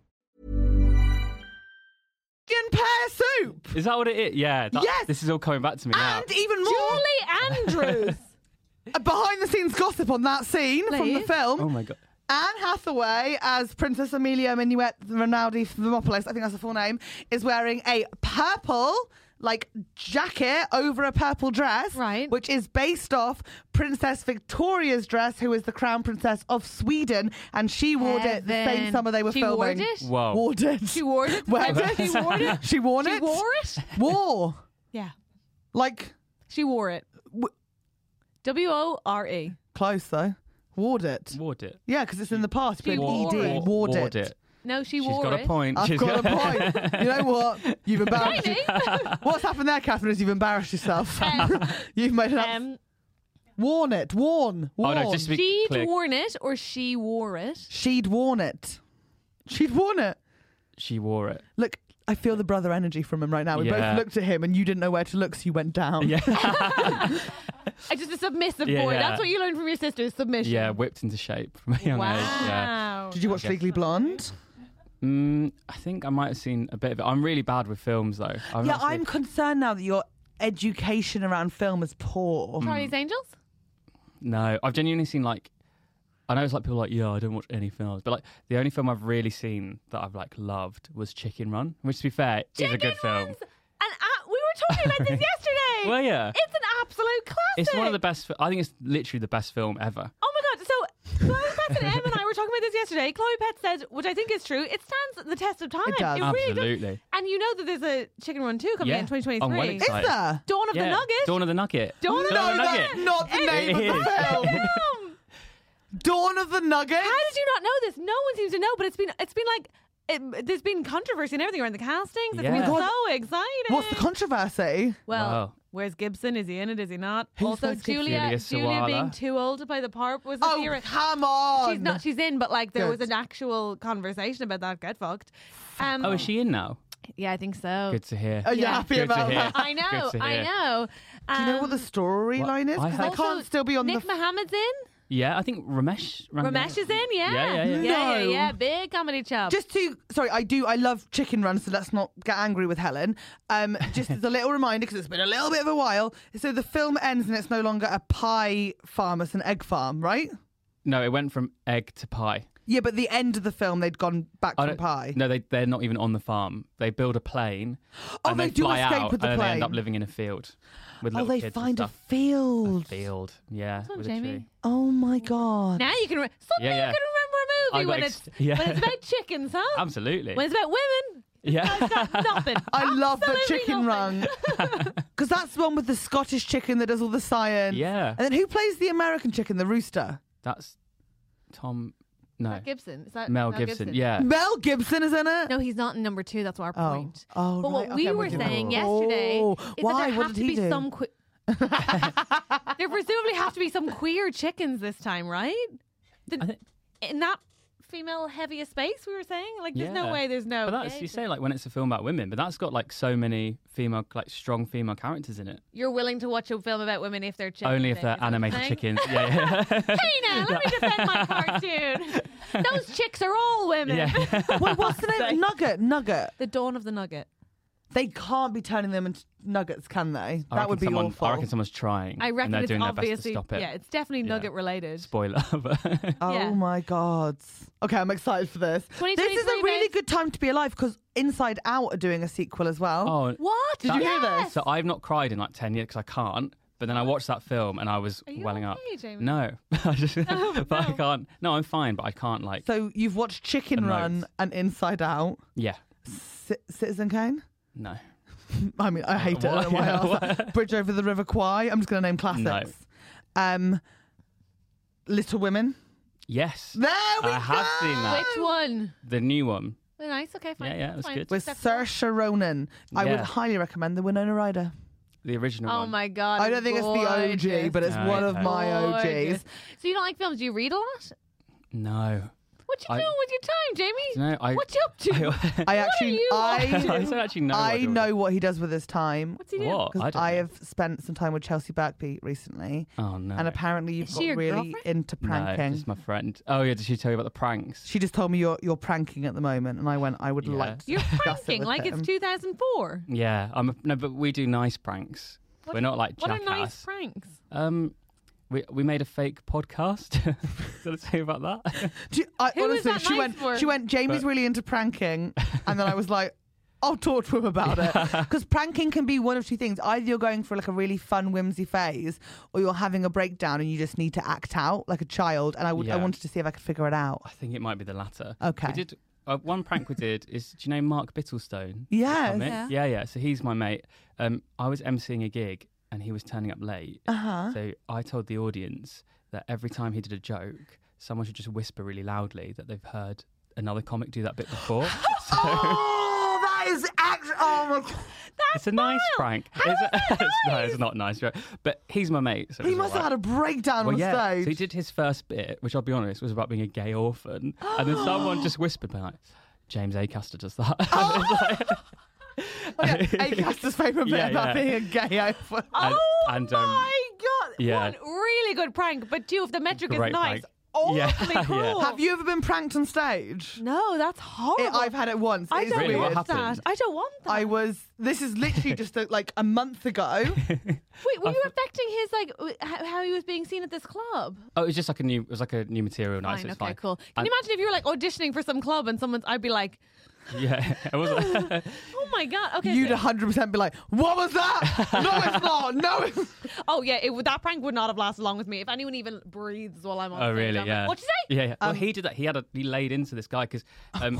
S1: chicken pear soup
S5: Is that what it is? Yeah. That,
S1: Yes!
S5: This is all coming back to me now.
S1: and even more
S2: Julie Andrews.
S1: a behind the scenes gossip on that scene from the
S2: Please.
S1: film.
S5: Oh my god.
S1: Anne Hathaway as Princess Amelia Minuet Rinaldi Thermopolis, I think that's the full name, is wearing a purple like jacket over a purple dress,
S2: Right.
S1: Which is based off Princess Victoria's dress, who is the crown princess of Sweden, and she wore it the same
S2: Heaven.
S1: summer they were
S2: She wore
S1: filming.
S2: it?
S5: Wow.
S1: Wore it.
S2: She wore it.
S1: Wore
S2: Heaven.
S1: it.
S2: She wore it.
S1: She wore
S2: She
S1: it.
S2: wore it.
S1: Wore.
S2: Yeah.
S1: Like
S2: She wore it. W O R E.
S1: close though. Ward it.
S5: Ward it.
S1: Yeah, because it's in the past. Been
S2: wore
S1: ED.
S2: it.
S1: Ward
S5: Ward
S1: it.
S2: No, she
S5: She's
S2: wore
S5: got
S2: it.
S5: a point.
S1: I've
S5: She's
S1: got a point. You know what? You've embarrassed.
S2: Tiny.
S1: What's happened there, Catherine? Is you've embarrassed yourself.
S2: Um,
S1: you've made it up.
S2: um,
S1: worn it. Worn.
S5: Oh
S1: Worn.
S5: no, just to be
S2: she'd
S5: clear,
S2: worn it or she wore it.
S1: She'd worn it. She'd worn it.
S5: she wore it.
S1: Look, I feel the brother energy from him right now. We
S5: Yeah.
S1: both looked at him, and you didn't know where to look, so you went down.
S2: I just a submissive
S5: Yeah,
S2: boy.
S5: yeah.
S2: That's what you learned from your sister is submission.
S5: Yeah, whipped into shape from a young
S2: Wow.
S5: age. Yeah.
S1: Did you watch Legally Blonde?
S5: Mm, I think I might have seen a bit of it. I'm really bad with films though. I've
S1: Yeah,
S5: not seen-
S1: I'm concerned now that your education around film is poor.
S5: Mm.
S2: Charlie's Angels?
S5: No, I've genuinely seen like. I know it's like people are like yeah, I don't watch any films, but like the only film I've really seen that I've like loved was Chicken Run, which to be fair is a good film.
S2: Runs An a- uh, we were talking about this yesterday.
S5: Well, yeah.
S2: It's an absolute classic.
S5: It's one of the best. fi- I think it's literally the best film ever.
S2: Oh my god! So Chloe Pett and Em and I were talking about this yesterday. Chloe Pett said, which I think is true, it stands the test of time.
S1: It does.
S2: really
S5: Absolutely.
S2: And you know that there's a Chicken Run 2 coming
S5: yeah,
S2: in 2023.
S5: I'm well
S1: Is
S5: excited.
S1: there?
S2: Dawn of the
S5: Yeah,
S2: Nugget.
S5: Mm, Dawn of the Nugget.
S2: Dawn of the
S1: No, that's
S2: Nugget.
S1: not the
S2: It
S1: name
S5: is.
S1: of the film.
S2: Damn.
S1: Dawn of the Nugget.
S2: How did you not know this? No one seems to know, but it's been it's been like it, there's been controversy and everything around the castings. It's
S5: Yeah.
S2: been
S1: What-
S2: so exciting.
S1: What's the controversy?
S2: Well,
S5: Wow.
S2: where's Gibson? Is he in it? Is he not?
S1: Who's
S2: also,
S1: that Gibson?
S2: Julia,
S5: Julia
S2: Julia being
S5: Sawala.
S2: too old to play the part was the
S1: Oh,
S2: theory.
S1: come on.
S2: She's not. She's in, but like there was
S1: Good.
S2: an actual conversation about that. Get fucked. Um,
S5: Oh, is she in now?
S2: Yeah, I think so.
S5: Good to hear.
S1: Are you
S2: Yeah.
S1: happy
S5: Good to
S1: about
S5: hear.
S1: that?
S2: I know.
S5: Good to
S2: I
S5: hear.
S2: know.
S1: Do you know what the
S2: Um,
S1: storyline is?
S5: I
S1: Because I,
S5: have-
S1: can't
S2: also,
S1: still be on
S2: Nick
S1: the.
S2: Mohammed's in.
S5: Yeah, I think Ramesh.
S2: Ramesh is in. Yeah.
S5: Yeah, yeah, yeah.
S2: yeah,
S1: No.
S2: yeah. Big comedy chub.
S1: just to sorry, I do. I love Chicken Run, so let's not get angry with Helen. Um, just as a little reminder, because it's been a little bit of a while. So the film ends, and it's no longer a pie farm; it's an egg farm, right?
S5: No, it went from egg to pie.
S1: Yeah, but the end of the film, they'd gone back
S5: I
S1: from
S5: don't-
S1: pie.
S5: No, they they're not even on the farm. They build a plane.
S1: Oh,
S5: and
S1: they do
S5: fly
S1: escape
S5: out,
S1: with the
S5: and then They end up
S1: plane.
S5: living in a field. With
S1: oh,
S5: little
S1: they
S5: kids and
S1: find a
S5: stuff.
S1: field.
S5: field. Yeah,
S2: on,
S5: with a
S2: Jamie.
S5: tree.
S1: Oh my god!
S2: now you can re- suddenly
S5: Yeah, yeah.
S2: you can
S5: I
S2: remember a movie
S5: got
S2: when
S5: ex-
S2: it's
S5: yeah.
S2: when it's about chickens, huh?
S5: Absolutely.
S2: When it's about women,
S5: yeah.
S2: it's got nothing.
S1: I love the
S2: Absolutely
S1: chicken
S2: nothing.
S1: run because that's the one with the Scottish chicken that does all the science.
S5: Yeah.
S1: and then who plays the American chicken, the rooster?
S5: That's Tom. No.
S2: Gibson. Is that
S5: Mel Gibson. Yeah.
S1: Mel Gibson is in it.
S2: No, he's not in number two. That's our
S1: Oh.
S2: point.
S1: Oh,
S2: but
S1: right.
S2: what
S1: Okay,
S2: we
S1: I'm
S2: were
S1: with you.
S2: saying
S1: Oh.
S2: yesterday is
S1: Why?
S2: that there
S1: What
S2: have
S1: did
S2: to
S1: he
S2: be
S1: do?
S2: some. Que- there presumably have to be some queer chickens this time, right? The-
S5: I think-
S2: in that female heaviest space, we were saying like, there's no
S5: Yeah.
S2: way, there's no.
S5: But that's you say like when it's a film about women, but that's got like so many female, like strong female characters in it.
S2: You're willing to watch a film about women if they're chickens.
S5: Only if they're animated chickens. Yeah, yeah.
S2: Hey now, let me defend my cartoon. Those chicks are all women.
S5: yeah.
S1: Wait, what's the name? Nugget, Nugget.
S2: The dawn of the nugget.
S1: They can't be turning them into nuggets, can they?
S5: I
S1: that would
S5: reckon
S1: be
S5: someone,
S1: awful.
S5: I reckon someone's trying.
S2: I reckon
S5: and they're
S2: it's
S5: doing their best to
S2: obviously
S5: stop it.
S2: yeah, it's definitely
S5: Yeah.
S2: nugget related.
S5: Spoiler. but-
S1: Oh
S2: yeah.
S1: my god. Okay, I'm excited for this. This is a
S2: 2023,
S1: really
S2: babes.
S1: good time to be alive because Inside Out are doing a sequel as well.
S5: oh,
S2: What?
S1: Did you hear
S2: Yes!
S1: this?
S5: so I've not cried in like ten years because I can't. But then I watched that film and I was
S2: Are you
S5: welling up.
S2: okay, Jamie?
S5: No, I just,
S2: Oh,
S5: but I
S2: no.
S5: can't. No, I'm fine, but I can't like.
S1: So you've watched Chicken
S5: Emote.
S1: Run and Inside Out,
S5: yeah,
S1: C- Citizen Kane.
S5: no,
S1: I mean, I hate it. I don't know why I asked that. Bridge over the River Kwai. I'm just going to name classics. Um, Little Women.
S5: yes,
S1: There we
S5: I
S1: go.
S5: have seen that.
S2: Which one?
S5: The new one.
S2: Oh, Nice. Okay, fine.
S5: Yeah, yeah, it
S2: that's
S5: was
S2: fine.
S5: good.
S1: With
S2: Acceptable.
S1: Saoirse Ronan. I would
S5: Yeah.
S1: highly recommend The Winona Ryder.
S5: The original
S2: Oh
S5: one.
S2: my god!
S1: I don't think it's the OG, but it's
S5: No,
S1: one of
S5: okay.
S1: my OGs.
S2: So you don't like films? Do you read a lot?
S5: No.
S2: What you
S5: I-
S2: doing with your time, Jamie?
S5: No, I-
S2: what you up to?
S1: I
S2: What are
S1: actually,
S2: you
S5: I
S2: up to?
S1: I,
S5: don't actually know. what
S1: I
S5: do.
S1: know what he does with his time.
S2: What's he doing?
S5: What?
S1: Because
S5: don't
S1: I,
S5: know.
S1: have spent some time with Chelsea Berkbeat recently,
S5: Oh no.
S1: and apparently you've
S2: Is
S1: got
S2: she your
S1: really
S2: girlfriend?
S1: into pranking.
S5: No, just my friend. Oh yeah, did she tell you about the pranks?
S1: She just told me you're you're pranking at the moment, and I went, I would
S5: Yeah.
S1: like to
S2: You're
S1: discuss it
S2: pranking
S1: with
S2: like
S1: him.
S2: it's 2004.
S5: Yeah, I'm a, no, but we do nice pranks.
S2: What-
S5: We're not like
S2: What
S5: jackass.
S2: are nice pranks?
S5: Um, we we made a fake podcast. Did I tell you about that?
S1: Do you- I,
S2: Who is
S1: honestly,
S2: that
S1: she
S2: nice
S1: went.
S2: for?
S1: She went. Jamie's
S5: But-
S1: really into pranking, and then I was like, I'll talk to him about it because pranking can be one of two things: either you're going for like a really fun, whimsy phase, or you're having a breakdown and you just need to act out like a child. And I would, I
S5: Yeah.
S1: wanted to see if I could figure it out.
S5: I think it might be the latter.
S1: Okay.
S5: We did uh, one prank we did is do you know Mark Bittlestone? the
S1: Yes.
S5: comic?
S2: Yeah.
S5: Yeah, yeah. So he's my mate. Um, I was emceeing a gig and he was turning up late.
S1: Uh-huh.
S5: So I told the audience that every time he did a joke, someone should just whisper really loudly that they've heard another comic do that bit before. So
S1: Oh, that is actually. Oh my god!
S5: it's a nice
S2: vile.
S5: prank. It's, it's- no, it's not nice. right? But he's my mate. So
S1: He must have had a breakdown
S5: well,
S1: on
S5: yeah.
S1: stage.
S5: So he did his first bit, which I'll be honest was about being a gay orphan, and then someone just whispered, "Like James Acaster does that." And it's like-
S1: Oh, yeah. Acaster's favourite bit
S5: Yeah,
S1: about
S5: yeah.
S1: being a gay alpha.
S5: And-
S2: oh
S5: and, um,
S2: my god!
S5: yeah.
S2: One really good prank, but two, if the metric is
S5: Great
S2: nice,
S5: prank. Yeah,
S2: awfully
S5: yeah.
S2: cruel.
S1: Oh, Have you ever been pranked on stage?
S2: No, that's horrible.
S1: It- I've had it once.
S2: I
S1: It's
S2: don't
S5: Really,
S2: want
S5: what
S1: weird.
S2: that.
S5: happened?
S2: I don't want that.
S1: I was. This is literally just a, like a month ago.
S2: Wait, were you affecting his like w- how how he was being seen at this club?
S5: oh, it was just like a new, it was like a new material night. so
S2: Fine,
S5: it's
S2: okay,
S5: fine.
S2: cool. Can
S5: And-
S2: you imagine if you were like auditioning for some club and someone's? I'd be like,
S5: Yeah, it was.
S2: oh my god. Okay.
S1: You'd
S2: so-
S1: 100% be like, "What was that? No, it's not. No, it's."
S2: Oh yeah, it, would- that prank would not have lasted long with me if anyone even breathes while I'm on.
S5: Oh
S2: stage,
S5: really?
S2: I'm like,
S5: Yeah.
S2: What'd you say? Um,
S5: Yeah. yeah. well, he did that. He had a, he laid into this guy because. Um,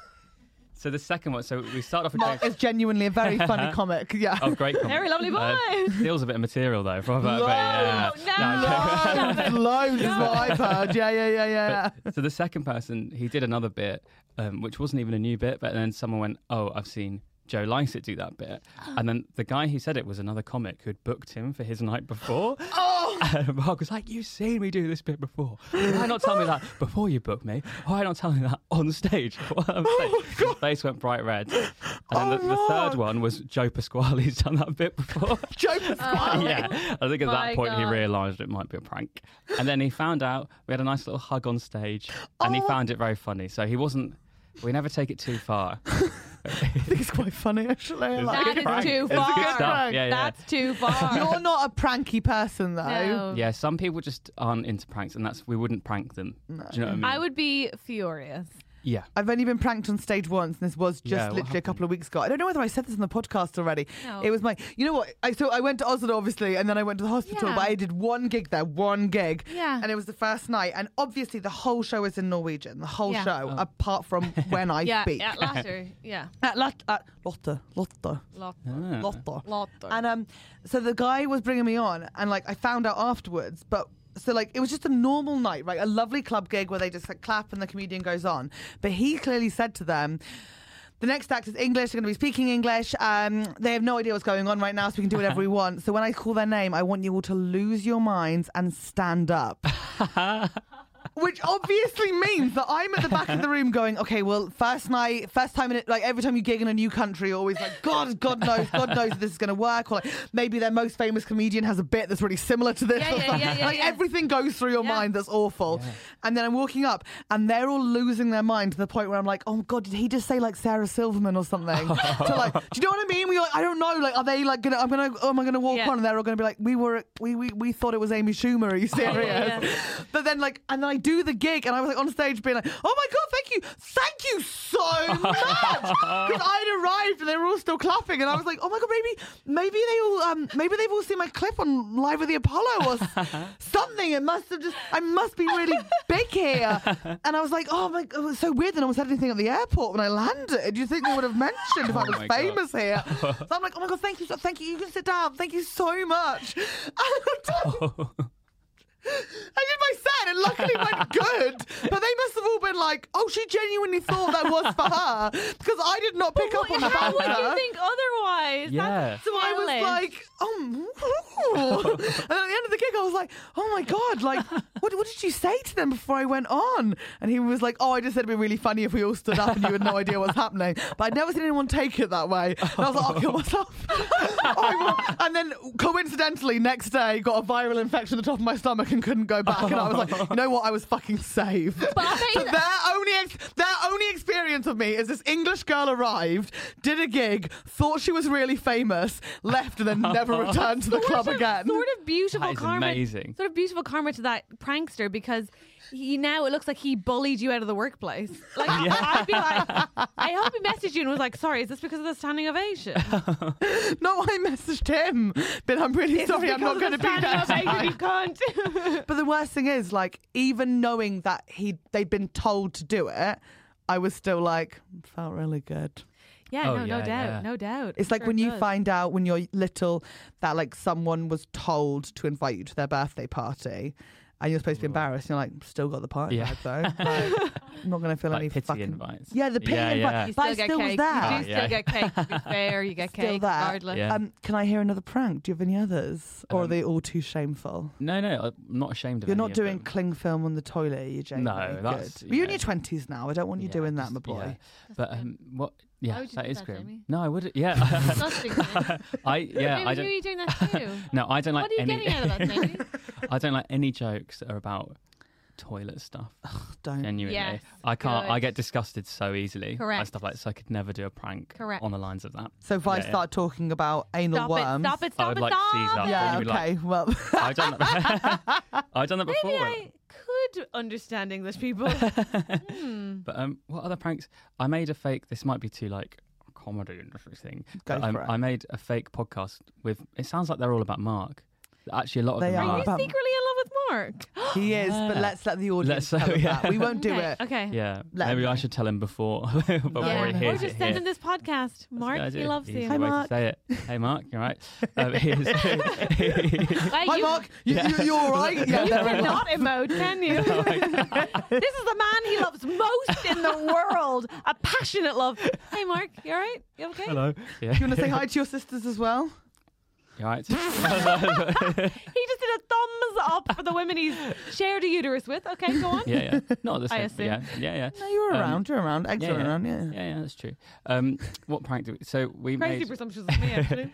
S5: so the second one. So we start off with
S1: Mark
S5: James.
S1: is genuinely a very funny comic. Yeah.
S5: Oh, great! Comment.
S2: Very lovely boy.
S5: steals a bit of material though from her. but yeah.
S2: no,
S5: I'm joking.
S2: Stop it.
S1: Loads is what I've heard. Yeah, yeah, yeah, yeah.
S5: so the second person, he did another bit, um, which wasn't even a new bit, but then someone went, "Oh, I've seen Joe Lycett do that bit," and then the guy who said it was another comic who'd booked him for his night before. oh! And Mark was like, "You've seen me do this bit before. Why not tell me that before you book me? Why not tell me that on stage?" oh His face went bright red. And then the, the
S1: Mark.
S5: third one was Joe Pasquale's done that bit before.
S1: Joe Pasquale.
S5: yeah, I think at
S2: My
S5: that point he
S2: God.
S5: realised it might be a prank, and then he found out. We had a nice little hug on stage, and
S2: Oh.
S5: he found it very funny. So he wasn't. We never take it too far.
S1: I think it's quite funny actually. Like,
S2: That is
S5: prank.
S2: too
S5: It's a
S2: far.
S5: good prank. Yeah, yeah.
S2: That's too far.
S1: you're not a pranky person though.
S2: No.
S5: Yeah, some people just aren't into pranks, and that's we wouldn't prank them. Do you know what I mean?
S2: I would be furious.
S5: Yeah.
S1: I've only been pranked on stage once, and this was just
S5: Yeah, what
S1: literally a couple of weeks ago. I don't know whether I said this in the podcast already.
S2: No.
S1: It was my, you know what? I, so I went to Oslo, obviously, and then I went to the hospital,
S2: Yeah.
S1: but I did one gig there, one gig.
S2: Yeah.
S1: And it was the first night, and obviously the whole show is in Norwegian, the whole
S2: Yeah.
S5: Oh.
S1: show, apart from when I
S2: Yeah,
S1: speak.
S2: yeah, latter. Yeah,
S1: At Lat- at Lotte, Lotte,
S2: lot.
S5: Ah.
S1: Lotte.
S2: Lotte.
S1: And um, so the guy was bringing me on, and like I found out afterwards, but. So like it was just a normal night, right? A lovely club gig where they just like clap and the comedian goes on. But he clearly said to them, "The next act is English. They're going to be speaking English. Um, they have no idea what's going on right now, so we can do whatever we want. So when I call their name, I want you all to lose your minds and stand up." Which obviously means that I'm at the back of the room going, okay, well, first night, first time in it, like every time you gig in a new country, you're always like, God, God knows, God knows if this is going to work. Or like, maybe their most famous comedian has a bit that's really similar to this.
S2: Yeah,
S1: or
S2: yeah,
S1: something.
S2: yeah, yeah,
S1: like
S2: yeah.
S1: everything goes through your
S2: Yeah.
S1: mind that's awful. And then I'm walking up and they're all losing their mind to the point where I'm like, oh God, did he just say like Sarah Silverman or something? so like, do you know what I mean? We like, I don't know. Like, are they like gonna? I'm gonna. Oh, am I gonna walk
S2: Yeah.
S1: on?
S2: Oh,
S1: And they're all gonna be like, we were, we we we thought it was Amy Schumer. Are you serious?
S2: yeah.
S1: But then, like, and then I do do the gig, and I was like on stage being like, "Oh my god, thank you, thank you so much!" Because I'd arrived and they were all still clapping, and I was like, "Oh my god, maybe maybe they all um maybe they've all seen my clip on Live with the Apollo or s- something. It must have just I must be really big here." And I was like, "Oh my, it was so weird." That I almost had anything at the airport when I landed. Do you think they would have mentioned if I was
S5: Oh my God.
S1: famous?" was here. So I'm like, oh my god, thank you, so- thank you. You can sit down. Thank you so much. And I did my set, and luckily it went good. But they must have all been like, oh, she genuinely thought that was for her because I did not pick up on the
S2: How would
S1: banter.
S2: you think otherwise?
S5: Yeah.
S2: That's
S1: So I was
S2: hellish.
S1: like, oh, and then at the end of the gig, I was like, oh my god, like, what, what did you say to them before I went on? And he was like, oh, I just said it'd be really funny if we all stood up and you had no idea what's happening. But I'd never seen anyone take it that way. And I was like, I'll kill myself. I will. And then coincidentally, next day, got a viral infection at the top of my stomach and couldn't go back. And I was like, you know what? I was fucking saved.
S2: But I bet
S1: So
S2: you that-
S1: their only ex- their only experience of me is this English girl arrived, did a gig, thought she was really famous, left, and then never returned to the club
S2: sort of-
S1: again.
S2: Sort of beautiful
S5: That is
S2: karma.
S5: amazing.
S2: Sort of beautiful karma to that prankster because he now it looks like he bullied you out of the workplace. Like I'd be like, I hope he messaged you and was like, "Sorry, is this because of the standing ovation?"
S1: No, I messaged him, but I'm really sorry, I'm not going to be there.
S2: You can't.
S1: But the worst thing is, like, even knowing that he they'd been told to do it, I was still like, felt really good.
S2: yeah,
S5: Oh,
S2: no,
S5: yeah,
S2: no doubt,
S5: yeah.
S2: no doubt.
S1: It's like
S2: Sure
S1: when you
S2: does.
S1: find out when you're little that like someone was told to invite you to their birthday party. And you're supposed to be embarrassed. You're like, still got the party
S5: Yeah.
S1: bag though. Like, I'm not gonna feel
S5: Like
S1: any
S5: pity
S1: fucking
S5: invites.
S1: Yeah, the pity
S5: Yeah,
S1: invite.
S5: yeah.
S2: You
S1: But
S2: still
S1: I
S2: get
S1: still was
S2: cake.
S1: there.
S2: You do
S5: Oh,
S2: still
S5: yeah.
S2: get cake. To be fair, you get
S1: Still
S2: cake
S1: there.
S2: regardless.
S5: Yeah.
S1: Um, can I hear another prank? Do you have any others, or are they all too shameful?
S5: No, no, I'm not ashamed of
S1: You're
S5: any
S1: not
S5: of
S1: doing
S5: them.
S1: cling film on the toilet, are you, Jamie?
S5: No, that's-
S1: Good. But you're in
S5: yeah.
S1: your twenties now. I don't want you
S5: Yeah,
S1: doing that,
S5: just-
S1: my boy.
S5: yeah. But um, what? Yeah,
S2: would you
S5: that
S2: do
S5: is
S2: that,
S5: grim.
S2: Jamie?
S5: No, I would. Yeah,
S2: Disgusting. man.
S5: I yeah.
S2: Maybe
S5: I
S2: you
S5: don't.
S2: are doing that too.
S5: No, I don't like
S2: what are you
S5: any.
S2: getting out of that, Jamie?
S5: I don't like any jokes that are about toilet stuff.
S1: Don't.
S5: Genuinely,
S2: Yes,
S5: I can't. I
S2: good.
S5: get disgusted so easily. By
S2: Correct.
S5: stuff like this. I could never do a prank.
S2: Correct.
S5: On the lines of that.
S1: so if I
S5: Yeah, yeah.
S1: start talking about anal
S2: Stop it!
S1: worms,
S2: Stop it! Stop
S5: would
S2: it!
S5: like to see
S2: stop
S5: that.
S2: it.
S1: yeah,
S5: You'd be like-
S1: okay. well,
S5: I've done that. I've done that before.
S2: Maybe I could understand English people.
S5: But um, what other pranks? I made a fake. This might be too like comedy industry thing.
S1: Go
S5: but, um,
S1: for it.
S5: I made a fake podcast with. It sounds like they're all about Mark. Actually, a lot of
S1: They
S5: them
S2: Are
S5: are.
S2: you
S1: Bum.
S2: secretly in love with Mark?
S1: he is. But
S5: Yeah.
S1: let's let the audience
S5: Let's-
S1: tell us
S5: yeah.
S1: that. We won't do
S2: okay.
S1: it.
S2: Okay.
S5: Yeah,
S1: Let
S5: maybe
S1: him
S5: I
S1: know.
S5: should tell him before before
S1: Yeah.
S5: he
S1: Or
S5: hears
S2: Or
S5: it
S2: just
S5: here.
S2: send him this podcast.
S5: That's a good
S2: Mark, he
S5: idea.
S2: loves
S5: Easy
S2: you.
S1: Hi,
S5: way to
S1: Mark.
S5: say it. Hey, Mark, you all right? Um, here's-
S2: Like,
S1: Hi,
S2: you,
S1: Mark. You,
S5: Yeah.
S1: you, you all right? Yeah,
S2: You
S1: they're in love.
S2: cannot emote, can you?
S5: Oh,
S2: this is the man he loves most in the world. A passionate love. Hey, Mark, you all right? You okay?
S5: Hello. Yeah.
S1: Do you want to say hi to your sisters as well?
S5: You all right?
S2: He just did a thumbs up for the women he's shared a uterus with. Okay, go on.
S5: yeah, yeah. Not the
S2: I
S5: same. but yeah, yeah, yeah.
S1: No, you're
S5: Um,
S1: around. You're around. Eggs
S5: yeah,
S1: are
S5: yeah.
S1: around. Yeah.
S5: Yeah, yeah, that's true. Um, what prank did we? So we
S2: Crazy
S5: made.
S2: presumptions of me, actually.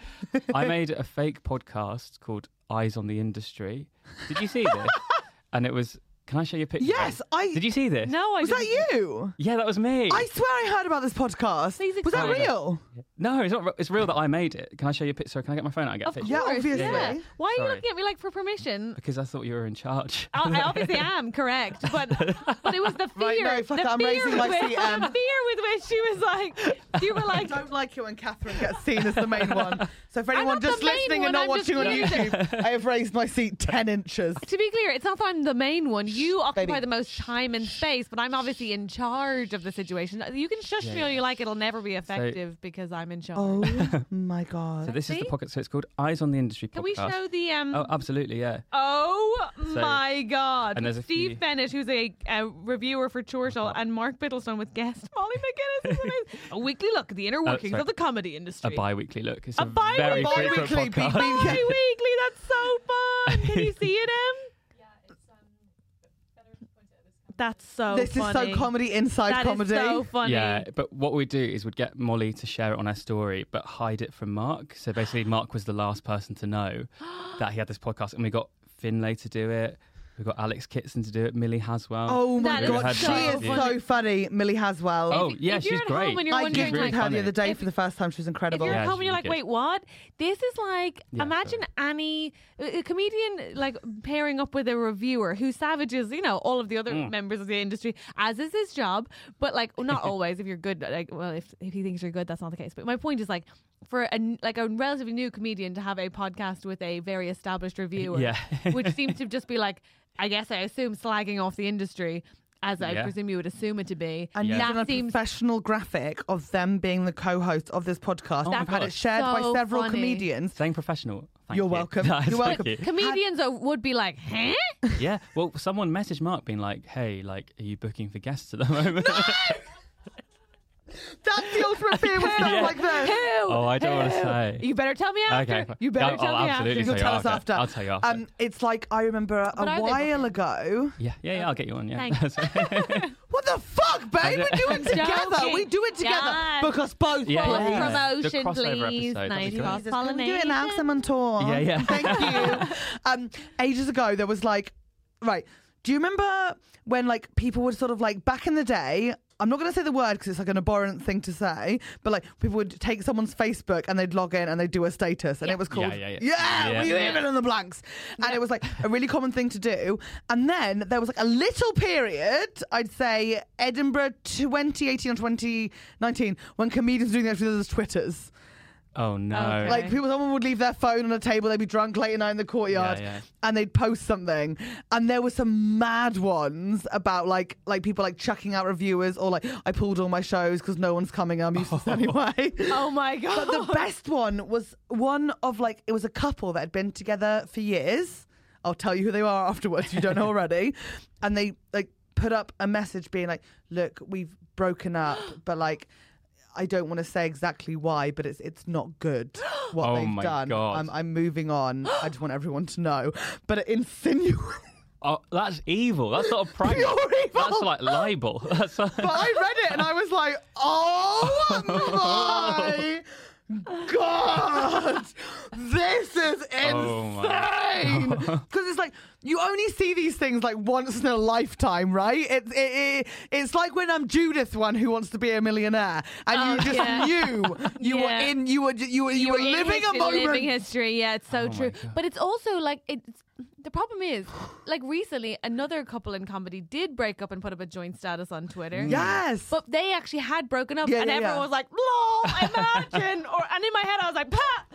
S5: I made a fake podcast called Eyes on the Industry. Did you see this? and it was. Can I show you a picture?
S1: Yes, I-
S5: Did you see this?
S2: No, I
S1: Was
S2: didn't.
S1: that you?
S5: Yeah, that was me.
S1: I swear I heard about this podcast.
S2: Please
S1: Was that
S2: explain.
S1: real?
S5: No, it's not. re- It's real that I made it. Can I show you a picture? Can I get my phone out and get a
S2: Of
S5: picture?
S1: Yeah,
S2: course,
S1: obviously.
S2: yeah. Why are you
S5: Sorry.
S2: looking at me like for permission?
S5: Because I thought you were in charge.
S2: I I obviously am correct, but but it was the fear,
S1: Right, no, fuck it,
S2: the
S1: I'm
S2: fear
S1: raising my
S2: with,
S1: CM.
S2: the fear with which she was like, you were like,
S1: I don't like it when Catherine gets seen as the main one. So for anyone
S2: not the
S1: just
S2: main
S1: listening and
S2: one,
S1: not
S2: I'm just
S1: watching on
S2: losing.
S1: YouTube, I have raised my seat ten inches.
S2: to be clear, it's not that I'm the main one. You occupy
S1: baby.
S2: the most time and space, but I'm obviously in charge of the situation. You can shush me all you like; it'll never be effective because I'm in charge.
S1: Oh my god!
S5: So this is
S2: See?
S5: the pocket. So it's called Eyes on the Industry podcast.
S2: can we show the um?
S5: Oh, absolutely, yeah.
S2: Oh
S5: So-
S2: my God!
S5: and there's a
S2: Steve
S5: few-
S2: Bennett, who's a, a reviewer for Chortle, and Mark Biddlestone with guest Molly McGuinness. It's amazing. a weekly look at the inner workings
S5: Oh. sorry.
S2: of the comedy
S5: A
S2: industry.
S5: bi-weekly look. It's
S2: A
S5: a, very
S2: bi-weekly-
S5: frequent
S1: Bi-weekly,
S5: podcast.
S1: bi- bi-
S2: Bi-weekly, that's so fun. Can you see it, Em? That's so
S1: This is
S2: funny.
S1: so comedy inside
S2: That is
S1: comedy.
S2: so funny.
S5: Yeah, but what we do is we'd get Molly to share it on her story, but hide it from Mark. So basically, Mark was the last person to know that he had this podcast, and we got Finlay to do it. We've got Alex Kitson to do it, Millie Haswell.
S1: Oh my
S2: That is
S1: god,
S5: so
S1: she is so
S2: funny.
S1: funny, Millie Haswell.
S5: Oh,
S2: If-
S5: yeah,
S2: if
S5: she's
S2: you're at
S5: great.
S2: home and you're
S1: I
S2: wondering,
S1: gifted
S5: Really
S2: like,
S1: her the
S5: funny.
S1: other day
S2: If-
S1: for the first time. She was
S2: if
S1: incredible.
S2: you're
S5: Yeah,
S2: at home and
S5: she
S2: you're
S5: was
S2: like,
S5: good.
S2: wait, what? This is like,
S5: Yeah,
S2: imagine Annie, a a comedian, like pairing up with a reviewer who savages, you know, all of the other
S5: Mm.
S2: members of the industry, as is his job. But like, not always. If you're good, like, well, if if he thinks you're good, that's not the case. But my point is like, for a n- like a relatively new comedian to have a podcast with a very established reviewer,
S5: Yeah.
S2: which seems to just be like, I guess I assume slagging off the industry. As I
S5: Yeah.
S2: presume you would assume it to be,
S1: and
S5: Yeah.
S1: you've done a
S2: that seems
S1: professional graphic of them being the co-host of this podcast.
S5: my
S1: I've had it
S5: gosh.
S1: shared by
S2: Oh So
S1: several
S2: funny.
S1: comedians.
S5: Saying professional. Thank
S1: You're
S5: you.
S1: welcome.
S5: Nice,
S1: You're
S5: thank
S1: welcome.
S5: you.
S2: comedians are- would be like, huh?
S5: Yeah. Well, someone messaged Mark being like, hey, like, are you booking for guests at the moment?
S1: That's the ultimate fear with stuff
S5: Yeah.
S1: like this.
S2: Who?
S5: Oh, I don't wanna
S2: Who?
S5: say.
S2: You better tell me after.
S5: Okay.
S2: You better
S5: I'll-
S2: tell
S5: I'll
S2: me
S5: absolutely
S2: after.
S1: You'll
S5: you
S1: tell us
S5: after.
S1: after.
S5: I'll tell you after.
S1: Um, it's like I remember a
S2: But are they
S1: while ago.
S5: yeah, yeah, yeah, I'll get you on. Yeah.
S2: Thanks.
S1: What the fuck, babe? We do it together.
S2: joking.
S1: We do it together.
S2: God.
S1: Book us both.
S5: Yeah,
S1: please.
S5: yeah. The
S2: Promotion,
S5: crossover
S2: please.
S5: episode, that'd
S2: Nice
S5: be great.
S2: cross
S1: Jesus, Can we do it now? Because I'm
S2: pollination.
S1: on tour.
S5: Yeah, yeah.
S1: Thank you. um, ages ago, there was like, right. Do you remember when like people would sort of like back in the day? I'm not going to say the word because it's like an abhorrent thing to say, but like people would take someone's Facebook and they'd log in and they'd do a status, and it was called
S5: Yeah, yeah, yeah.
S1: yeah,
S5: Yeah.
S1: we live in the blanks, and it was like a really common thing to do. And then there was like a little period, I'd say Edinburgh 2018 or 2019, when comedians were doing that with Twitters.
S5: Oh, no.
S2: Okay.
S1: Like people, someone would leave their phone on a table. They'd be drunk late at night in the courtyard,
S5: Yeah, yeah.
S1: and they'd post something. And there were some mad ones about like like people like chucking out reviewers or like I pulled all my shows because no one's coming. I'm useless anyway.
S2: Oh my god.
S1: But the best one was one of like it was a couple that had been together for years. I'll tell you who they are afterwards. if You don't know already, and they like put up a message being like, "Look, we've broken up, but like." I don't want to say exactly why, but it's it's not good what
S5: Oh
S1: they've
S5: my
S1: done.
S5: God.
S1: I'm I'm moving on. I just want everyone to know. But it insinuates.
S5: Oh, that's evil. That's not a prank.
S1: Pure evil.
S5: That's like libel. That's like,
S1: But I read it and I was like, oh my God, this is
S5: Oh my
S1: insane. Because it's like, you only see these things like once in a lifetime, right? It, it, it, it's like when I'm Judith, one who wants to be a millionaire, and you
S2: Oh,
S1: just
S2: yeah.
S1: knew you
S2: Yeah.
S1: were in, you were, you were, you, were
S2: in
S1: living
S2: history,
S1: a moment.
S2: Living history, yeah, it's so
S5: Oh my
S2: true.
S5: God.
S2: But it's also like it's the problem is like recently another couple in comedy did break up and put up a joint status on Twitter.
S1: Yes.
S2: But they actually had broken up,
S1: Yeah,
S2: and
S1: yeah,
S2: everyone
S1: yeah.
S2: was like, "Lol, imagine!" or and in my head, I was like, "Pa,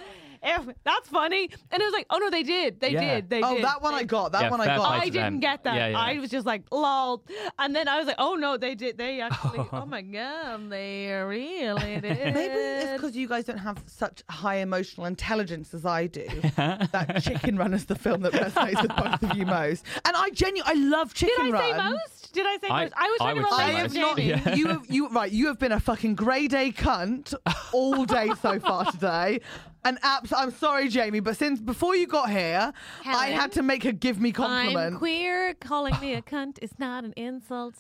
S2: if that's funny," and it was like, "Oh no, they did, they
S5: Yeah.
S2: did, they
S1: oh,
S2: did."
S1: that one
S2: They-
S1: I got. That
S5: Yeah,
S1: one I
S5: fair
S1: got.
S5: play
S2: Oh, I
S5: to them.
S2: didn't get that.
S5: Yeah, yeah.
S2: I was just like, lol. And then I was like, oh no, they did. They actually, oh my God, they really did.
S1: Maybe it's because you guys don't have such high emotional intelligence as I do. that Chicken Run is the film that resonates with both of you most. And I genuinely, I love
S2: Did
S1: Chicken
S2: I
S1: Run.
S2: say most? Did I say
S5: I-
S2: most? I was
S5: I
S2: trying to
S5: would
S2: relate
S1: I
S5: say
S2: to
S1: have
S5: most.
S1: not.
S2: Jamie.
S5: Yeah.
S1: You have, you right. You have been a fucking grade A cunt all day so far today. And abs- I'm sorry, Jamie, but since before you got here, I
S2: Helen?
S1: had to make her give me
S2: I'm
S1: compliment.
S2: queer. Calling me a cunt is not an insult.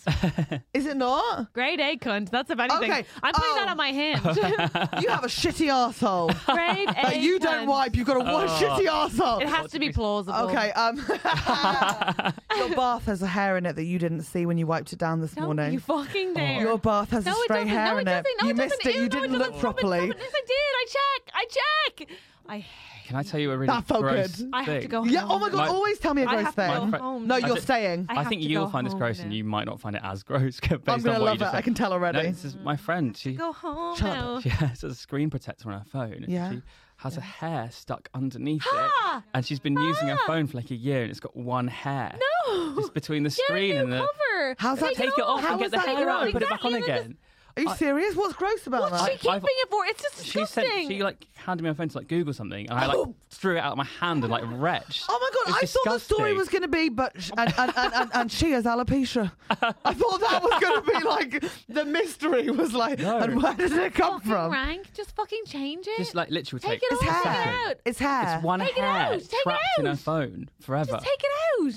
S1: Is it not?
S2: Grade A cunt. That's if anything.
S1: Okay.
S2: I'm putting
S1: Oh.
S2: that on my hand. Grade
S1: You have a shitty asshole.
S2: A.
S1: That you don't
S2: cunt.
S1: wipe. You've got a one shitty asshole.
S2: Oh. It has to be plausible.
S1: Okay. Um, your bath has a hair in it that you didn't see when you wiped it down this
S2: Don't
S1: morning. Oh,
S2: you
S5: Oh.
S2: fucking dare.
S1: Your bath has
S2: No,
S1: a
S2: it
S1: stray
S2: doesn't.
S1: hair
S2: no,
S1: in
S2: it doesn't. No,
S1: you
S2: it
S1: missed
S2: doesn't.
S1: it. You
S2: Ew, no,
S1: didn't
S2: doesn't.
S1: look
S2: Stop it,
S1: properly.
S2: stop it. Yes, I did. I check. I check. I,
S5: Can I tell you a really
S1: That felt
S5: gross
S1: good.
S2: I have to
S5: thing?
S2: go.
S1: Yeah.
S2: home.
S1: Oh my god.
S5: My-
S1: always tell me a
S2: I
S1: gross
S2: have to go
S1: thing.
S5: My fr-
S2: home.
S1: No,
S2: I
S1: you're
S5: just-
S1: staying.
S2: I
S5: I,
S2: have
S5: think
S2: to
S5: you'll
S2: go
S5: find this
S2: home
S5: gross,
S2: now.
S5: and you might not find it as gross. based
S1: I'm gonna love
S5: on what you
S1: it.
S5: just
S1: I
S5: said.
S1: can tell
S5: No,
S1: already.
S5: this is my friend. She
S2: Go home
S1: Shut up.
S2: now.
S5: she has a screen protector on her phone. and
S1: Yeah.
S5: She has a hair stuck underneath
S2: Ah!
S5: it, and she's been using her
S2: Ah!
S5: phone for like a year, and it's got one hair.
S2: No.
S5: Just between the
S2: Get a
S5: screen
S2: new
S5: and the.
S2: cover.
S1: How's that-
S5: Take it off
S1: How
S5: and
S1: is
S5: get the
S1: that
S5: hair out and
S1: gross?
S5: put it back on
S2: Exactly,
S5: again.
S1: Are you serious? What's gross about
S2: What's
S1: that?
S2: she keeping
S5: I've-
S2: it for? It's just
S5: She said
S2: disgusting. Oh.
S5: she like handed me her phone to like Google something, and I like threw it out of my hand and like retched.
S1: Oh my god! I
S5: It's
S1: thought the story
S5: disgusting.
S1: was going to be, but sh- and, and, and, and, and she has alopecia. I thought that was going to be like the mystery was like,
S5: No.
S1: and where did it come
S2: fucking
S1: from?
S2: rank. Just fucking change it.
S5: Just like literally
S2: take
S5: take
S2: it
S1: It's
S2: off. Take
S1: hair.
S2: it out.
S1: It's hair.
S5: It's one
S2: Take it
S5: hair
S2: out, take it
S5: trapped in her
S2: out.
S5: phone forever.
S2: Just take it out.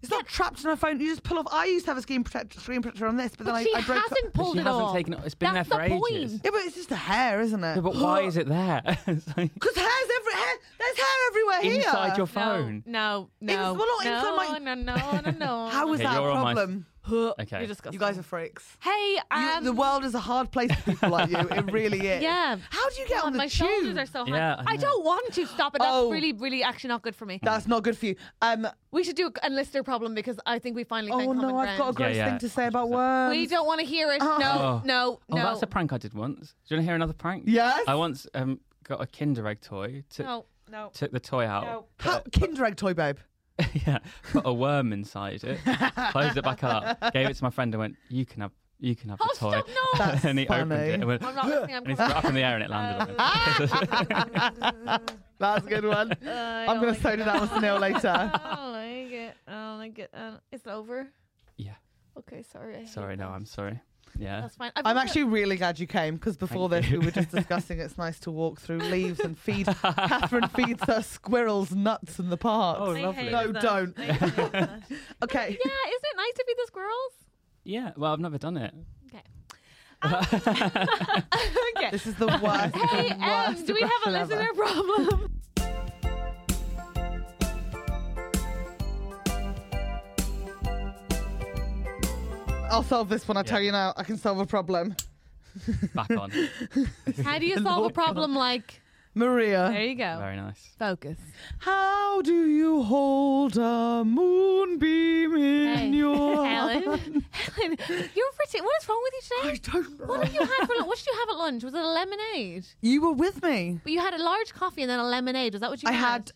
S1: It's not trapped in her phone. You just pull off. I used to have a screen protector, screen protector on this, but then
S2: But
S1: I,
S2: she
S1: I broke.
S2: hasn't
S5: But
S2: pulled
S5: she
S2: it
S5: hasn't
S2: off.
S5: taken it. It's been
S2: That's
S5: there for
S2: the
S5: ages.
S2: Point.
S1: Yeah, but it's just a hair, isn't it?
S5: Yeah, but why is it there? It's like-
S1: Because hair's every hair. There's there's hair everywhere here.
S5: inside your phone.
S2: No, no,
S1: It's-
S2: no,
S1: well, not
S2: no,
S1: inside
S2: no, no, no, no.
S1: How is
S5: Okay,
S1: that a
S5: you're on my-
S1: problem?
S5: Okay.
S2: You're disgusting.
S1: You guys are freaks.
S2: Hey,
S1: You-
S2: um,
S1: the world is a hard place for people like you. It really is.
S2: Yeah.
S1: How do you get
S2: God,
S1: on the
S2: my
S1: tube?
S2: shoulders are so high.
S5: Yeah, I
S2: I,
S5: know.
S2: don't want to stop it. That's
S1: Oh.
S2: really, really actually not good for me.
S1: That's not good for you. Um,
S2: we should do a listener problem because I think we finally.
S1: oh
S2: found common
S1: no, I've got a
S2: ground.
S1: gross
S5: yeah,
S1: thing to say about
S5: 100%.
S1: worms.
S2: We don't want to hear it. No,
S5: Oh.
S2: no,
S5: Oh,
S2: no.
S5: that's a prank I did once. Do you want to hear another prank?
S1: Yes.
S5: I once um, got a Kinder Egg toy. Took,
S2: No, no.
S5: Took the toy out.
S1: How,
S5: Uh,
S1: Kinder Egg toy, babe.
S5: yeah. Put a worm inside it. closed it back up. Gave it to my friend and went, "You can have, you can have
S2: Oh,
S5: the toy."
S2: stop, no. That's
S5: and he opened
S1: funny.
S5: it and went,
S2: I'm not listening. I'm
S5: and he threw
S2: going-
S5: it up in the air and it landed on it.
S1: That's a good one.
S2: Uh, I
S1: I'm
S2: don't
S1: going
S2: like
S1: to soda
S2: it.
S1: that with Snail later.
S2: I don't like it. I don't like it. I don't- It's over.
S5: Yeah.
S2: Okay, sorry. I hate
S5: Sorry. No,
S2: that.
S5: I'm uh, sorry. Yeah.
S2: That's fine. I've
S1: I'm
S2: got-
S1: actually really glad you came because before
S5: Thank
S1: this
S5: you.
S1: we were just discussing it's nice to walk through leaves and feed. Catherine feeds her squirrels nuts in the park.
S5: Oh,
S2: I
S5: lovely.
S2: hate
S1: No,
S2: that.
S1: don't.
S2: I hate that.
S1: okay.
S2: yeah, isn't it nice to be the squirrels?
S5: Yeah. Well, I've never done it.
S2: Okay. okay.
S1: This is the worst.
S2: Hey,
S1: worst
S2: um, do we have a
S1: impression
S2: listener
S1: ever.
S2: problem?
S1: I'll solve this one. I tell you now, I can solve a problem.
S5: Back on.
S2: How do you solve a problem like? There
S1: Maria,
S2: you go.
S5: Very nice.
S2: Focus.
S1: how do you hold a moonbeam in
S2: Hey,
S1: your?
S2: Helen, Helen, you're pretty. What is wrong with you today?
S1: I don't know.
S2: What have you had for lunch? What did you have at lunch? Was it a lemonade?
S1: You were with me.
S2: But you had a large coffee and then a lemonade. Was that what you
S1: I had.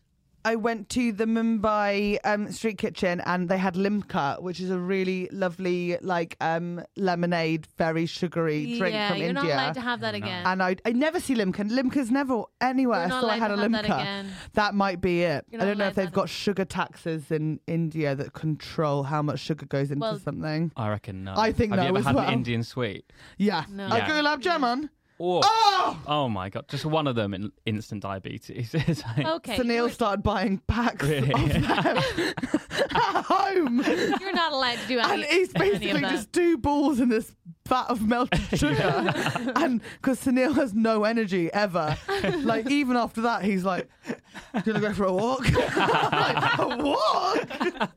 S1: I went to the Mumbai um, street kitchen and they had limca, which is a really lovely like um, lemonade, very sugary drink
S2: yeah,
S1: from
S2: you're
S1: India.
S2: not allowed to have that again.
S1: and I, I never see limca. Limca's never
S2: You're
S1: anywhere,
S2: not
S1: so I
S2: allowed
S1: had
S2: to
S1: a
S2: have that
S1: limca.
S2: again.
S1: That might be it.
S2: You're
S1: I
S2: not
S1: don't know if
S2: allowed
S1: they've
S2: that.
S1: got sugar taxes in India that control how much sugar goes into
S2: Well-
S1: something.
S5: I reckon no.
S1: I think
S5: Have
S1: no
S5: you ever
S1: as
S5: had
S1: well.
S5: the Indian sweet?
S1: Yeah.
S2: No.
S1: I
S5: Yeah.
S1: go lab jam on.
S5: Or,
S1: Oh!
S5: Oh my god, just one of them in instant diabetes. It's like-
S2: Okay.
S1: so Neil
S2: you're-
S1: started buying packs
S5: Really?
S1: of them at home.
S2: You're not allowed to do
S1: And
S2: any,
S1: he's
S2: any of
S1: basically
S2: that.
S1: just two balls in this vat of melted sugar. And because Sunil has no energy ever. like, even after that, he's like, Do you want to go for a walk? Like, a walk?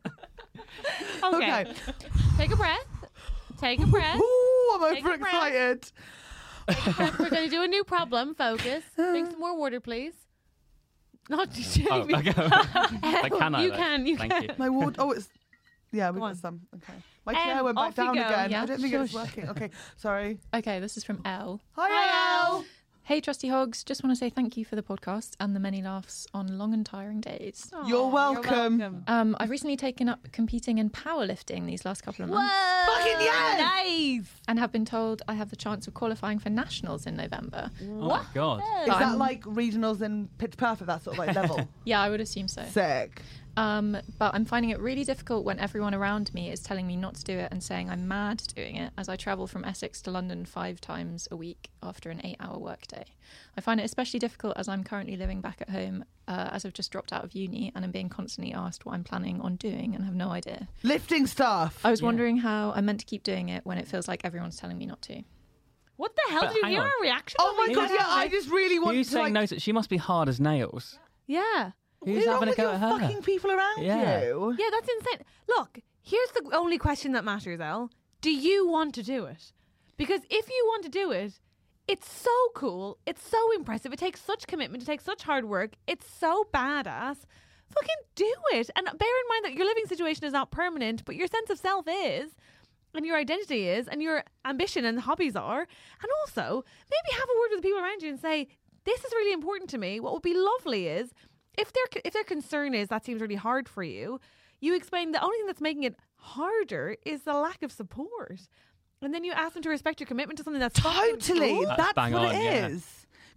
S2: Okay.
S1: okay.
S2: Take a breath. Take a breath.
S1: Ooh, I'm
S2: Take a breath.
S1: overexcited.
S2: We're going to do a new problem. Focus. Drink some more water, please. Not Jamie.
S5: Oh, okay. Like, can I?
S2: You
S5: though?
S2: can, you
S5: Thank
S2: can.
S5: You.
S1: My ward. Oh, it's. Yeah, we
S2: Go on.
S1: got some. Okay. My
S2: Um,
S1: chair went back
S2: off you
S1: down
S2: go,
S1: again.
S2: yeah.
S1: I don't think it was
S2: Shush.
S1: working. Okay, sorry.
S4: Okay, this is from L.
S1: Hi,
S2: Al.
S4: Hey, Trusty Hogs, just want to say thank you for the podcast and the many laughs on long and tiring days.
S2: Aw,
S1: You're welcome.
S4: Um, I've recently taken up competing in powerlifting these last couple of months
S2: Whoa.
S1: Fucking yes!
S2: Nice.
S4: and have been told I have the chance of qualifying for nationals in November.
S5: Oh my god.
S1: Is that like regionals in Pitch Perfect? That sort of like level.
S4: Yeah, I would assume so.
S1: Sick.
S4: Um, but I'm finding it really difficult when everyone around me is telling me not to do it and saying I'm mad doing it as I travel from Essex to London five times a week after an eight hour workday. I find it especially difficult as I'm currently living back at home uh, as I've just dropped out of uni and I'm being constantly asked what I'm planning on doing and have no idea.
S1: Lifting stuff.
S4: I was wondering how I'm meant to keep doing it when it feels like everyone's telling me not to.
S2: What the hell
S5: But
S2: did you
S5: hang
S2: hear
S5: on.
S2: a reaction?
S1: Oh my
S2: when
S1: god!
S2: you
S1: Yeah,
S2: said
S1: I
S2: that?
S1: just really want
S5: Who's
S1: to.
S5: saying
S1: Like,
S5: no? To, she must be hard as nails.
S2: Yeah.
S1: what's
S5: Who's having
S1: wrong
S5: a
S1: with
S5: go
S1: your
S5: at her?
S1: fucking people around
S5: Yeah.
S1: you?
S2: Yeah, that's insane. Look, here's the only question that matters, Elle. Do you want to do it? Because if you want to do it, it's so cool. It's so impressive. It takes such commitment. It takes such hard work. It's so badass. Fucking do it. And bear in mind that your living situation is not permanent, but your sense of self is. And your identity is, and your ambition and hobbies are. And also, maybe have a word with the people around you and say, this is really important to me. What would be lovely is if their if their concern is that seems really hard for you, you explain the only thing that's making it harder is the lack of support. And then you ask them to respect your commitment to something that's fucking
S1: Totally.
S2: cool.
S1: That's,
S5: bang
S1: what
S5: on,
S1: it
S5: yeah.
S1: is.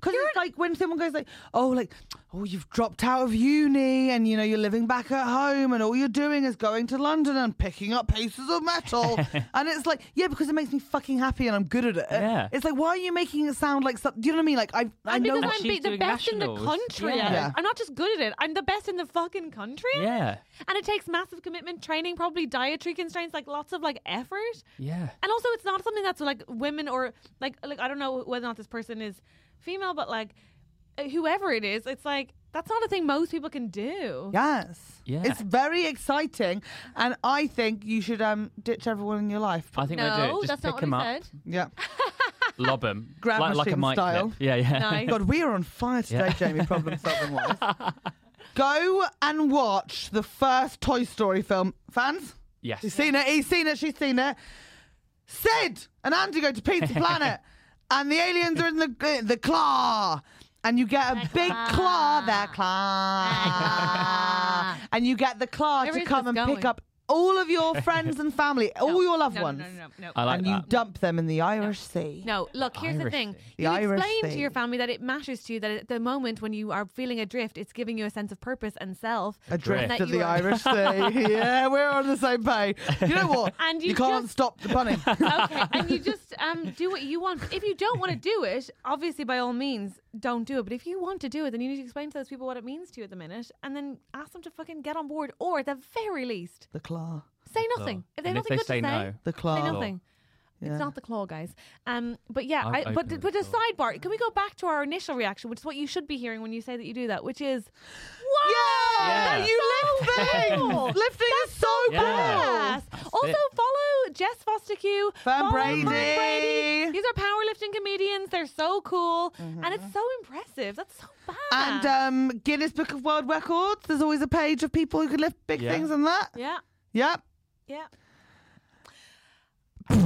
S1: Because it's like when someone goes like, "Oh, like, oh, you've dropped out of uni, and you know you're living back at home, and all you're doing is going to London and picking up pieces of metal," and it's like, "Yeah, because it makes me fucking happy, and I'm good at it."
S5: Yeah.
S1: It's like, why are you making it sound like something? Do you know what I mean? Like, I, I
S2: And
S1: know
S2: because
S5: And
S2: I'm
S5: she's
S2: be- the
S5: doing
S2: best in the
S5: nationals.
S2: country.
S5: Yeah.
S2: at it.
S1: Yeah.
S2: I'm not just good at it. I'm the best in the fucking country. at it.
S5: Yeah.
S2: And it takes massive commitment, training, probably dietary constraints, like lots of like effort.
S5: Yeah.
S2: And also, it's not something that's like women or like like I don't know whether or not this person is female, but like whoever it is, it's like that's not a thing most people can do.
S1: Yes.
S5: Yeah.
S1: It's very exciting. And I think you should um, ditch everyone in your life.
S5: I think they do.
S2: No,
S5: Just
S2: that's
S5: pick
S2: not what
S5: him
S2: I
S5: up,
S2: said.
S1: Yeah.
S5: lob him,
S1: Grab
S5: like, like a
S1: machine
S5: mic
S1: style.
S5: Clip. Yeah, yeah.
S2: Nice.
S1: God, we are on fire today,
S5: Yeah.
S1: Jamie, problem solving wise. Go and watch the first Toy Story film. Fans?
S5: Yes.
S1: You've seen it, he's seen it, she's seen it. Sid and Andy go to Pizza Planet, and the aliens are in the the claw. And you get a big claw, their claw.
S2: claw.
S1: and you get the claw
S2: Where
S1: to
S2: is
S1: come and
S2: this
S1: pick
S2: going?
S1: up all of your friends and family, all your loved
S2: No, no,
S1: ones.
S2: no, no, no,
S5: I
S2: no.
S5: like
S1: and
S5: that.
S1: you dump them in the Irish Sea.
S2: No, look, here's the
S5: Irish
S2: thing.
S5: thing.
S1: The
S2: You
S1: Irish
S2: explain to your
S1: thing.
S2: family that it matters to you that at the moment when you are feeling adrift, it's giving you a sense of purpose and self.
S1: Adrift
S2: and that
S1: to
S2: you
S1: the
S2: are-
S1: Irish Sea. yeah, we're on the same page. You know what?
S2: And you
S1: can't
S2: just-
S1: stop the bunny.
S2: okay, and you just um, do what you want. If you don't want to do it, obviously by all means, don't do it. But if you want to do it, then you need to explain to those people what it means to you at the minute, and then ask them to fucking get on board, or at the very least,
S1: the claw.
S2: say nothing. If they have
S5: and if
S2: nothing
S5: they
S2: good
S5: say
S2: to say,
S5: no,
S1: The claw.
S2: say nothing.
S1: Yeah.
S2: It's not the claw, guys. Um, but yeah,
S5: I'd
S2: I, but
S5: open the
S2: but a sidebar. Can we go back to our initial reaction, which is what you should be hearing when you say that you do that, which is, wow,
S1: Yeah,
S5: Yeah.
S1: you lift
S2: so
S1: things.
S2: cool.
S1: Lifting is so cool.
S5: Yeah.
S2: Yes.
S5: That's
S2: Also,
S5: it.
S2: follow Jess Foster Q.
S1: Fern
S2: follow
S1: Brady.
S2: Fern Brady. These are powerlifting comedians. They're so cool. And it's so impressive. That's so bad.
S1: Mm-hmm. And um, Guinness Book of World Records. There's always a page of people who can lift big
S5: Yeah.
S1: things and that.
S2: yeah.
S1: Yep.
S2: Yeah. hey,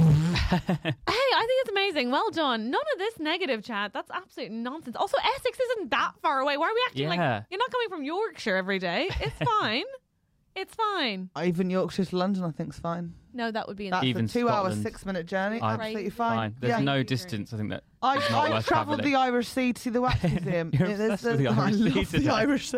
S2: I think it's amazing. Well done. None of this negative chat. That's absolute nonsense. Also, Essex isn't that far away. Why are we acting
S5: Yeah.
S2: like you're not coming from Yorkshire every day? It's fine. it's fine.
S1: Even Yorkshire to London, I think's fine.
S2: No, that would be
S1: That's
S5: Even
S1: a two-hour,
S5: Scotland.
S1: six-minute journey.
S5: Fine.
S1: Absolutely
S5: fine.
S1: fine.
S5: There's
S1: Yeah.
S5: no distance. I think that
S1: I,
S5: is not
S1: I
S5: worth
S1: travelled
S5: travelling.
S1: the Irish Sea to the Wax Museum.
S5: You're
S1: Yeah, there's-
S5: obsessed with the
S1: there's- I
S5: Irish Sea
S1: love the
S5: today.
S1: Irish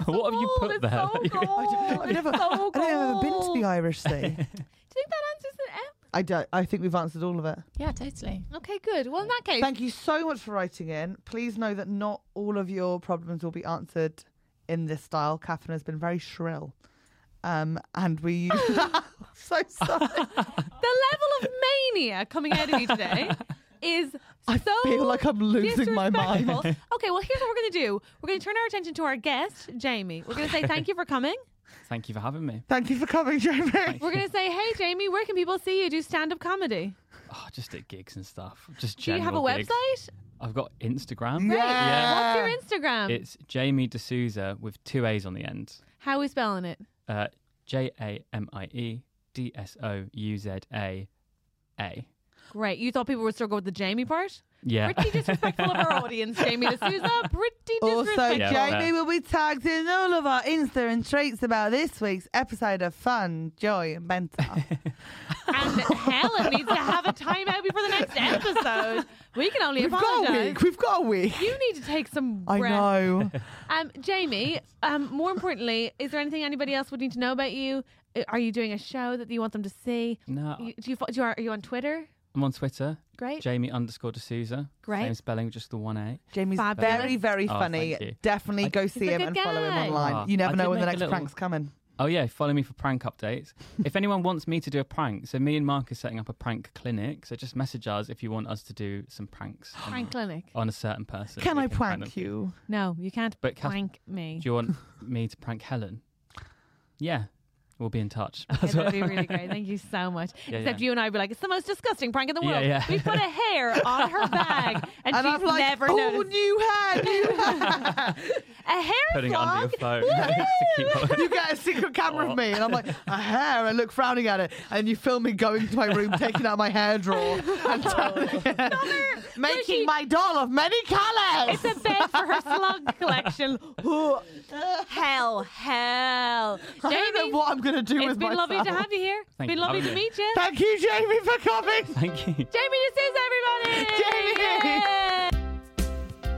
S1: Sea.
S5: What have you
S2: Cold,
S5: put
S2: it's
S5: there?
S2: so
S5: You-
S2: cold.
S1: I've
S2: Oh, It's
S1: never,
S2: so
S1: I don't think I've ever been to
S2: cold.
S1: the Irish Sea.
S2: Do you think that answers the M?
S1: I don't. I think we've answered all of it.
S4: Yeah, totally.
S2: Okay, good. Well, in that case,
S1: Thank you so much for writing in. Please know that not all of your problems will be answered in this style. Catherine has been very shrill. Um, and we use so sorry.
S2: the level of mania coming out of you today is
S1: I
S2: so
S1: feel like I'm losing my mind.
S2: disrespectful. Okay, well, here's what we're going to do. We're going to turn our attention to our guest, Jamie. We're going to say thank you for coming.
S5: Thank you for having me.
S1: Thank you for coming, Jamie.
S2: We're going to say, hey, Jamie, where can people see you do stand up comedy?
S5: Oh, just at gigs and stuff. Just
S2: Do you have a
S5: general gigs. Uh,
S2: website?
S5: I've got Instagram.
S2: Great.
S1: Yeah.
S2: What's your Instagram?
S5: It's Jamie D'Souza with two A's on the end.
S2: How are we spelling it?
S5: Uh, J A M I E D S O U Z A A.
S2: Great. You thought people would struggle with the Jamie part?
S5: Yeah.
S2: Pretty disrespectful of our audience, Jamie D'Souza. Pretty
S1: Also,
S2: disrespectful.
S5: Yeah,
S1: Jamie
S5: fair.
S1: will be tagged in all of our Insta and tweets about this week's episode of Fun, Joy, and Banter.
S2: and Helen needs to have a timeout before the next episode. We can only
S1: We've got a
S2: apologize.
S1: week. We've got a week.
S2: You need to take some
S1: I
S2: breath.
S1: know.
S2: Um, Jamie, um, more importantly, is there anything anybody else would need to know about you? Uh, Are you doing a show that you want them to see?
S5: No.
S2: You- do you, fo- do you are, you on Twitter?
S5: I'm on Twitter.
S2: Great.
S5: Jamie underscore D'Souza.
S2: Great.
S5: Same spelling, just the one A.
S1: Jamie's
S2: Fabulous.
S1: very, very
S5: Oh,
S1: funny.
S5: thank you.
S1: Definitely
S5: I-
S1: go see
S2: a
S1: him
S2: good
S1: and follow him
S2: guy.
S1: online.
S5: Ah,
S1: you never
S5: I
S1: know
S5: did
S1: when the
S5: make a
S1: next
S5: little-
S1: prank's coming.
S5: Oh yeah, follow me for prank updates. if anyone wants me to do a prank, so me and Mark are setting up a prank clinic. So just message us if you want us to do some pranks on,
S2: Prank clinic.
S5: on a certain person.
S1: Can
S5: We
S1: I
S5: prank
S1: prank
S5: them.
S1: you?
S2: No, you can't
S5: Oh. But Kath-
S2: prank me.
S5: Do you want me to prank Helen? Yeah, we'll be in touch.
S2: Yeah, that'd be really great. Thank you so much.
S5: Yeah,
S2: Except
S5: yeah.
S2: you and I would be like, it's the most disgusting prank in the
S5: Yeah,
S2: world.
S5: yeah.
S2: We put a hair on her bag
S1: And
S2: and, she's
S1: I'm like,
S2: never
S1: oh,
S2: noticed.
S1: new hair, new hair.
S2: A hair
S5: Putting it under
S2: vlog?
S5: your phone. Just to keep on-
S1: you get a secret camera of me, and I'm like, a hair. I look frowning at it, and you film me going to my room, taking out my hair drawer, and making
S2: Oh. she-
S1: my doll of many colours.
S2: It's a bed for her slug collection. hell, hell.
S1: I don't know
S2: Jamie,
S1: what I'm gonna do
S2: It's
S1: with
S2: been
S1: myself.
S2: lovely to have you here. It's
S5: Thank
S2: been
S5: you.
S2: lovely to
S5: Having me.
S2: meet you.
S1: Thank you, Jamie, for coming.
S5: Thank you.
S2: Jamie D'Souza, everybody!
S1: Jamie!
S2: Yay!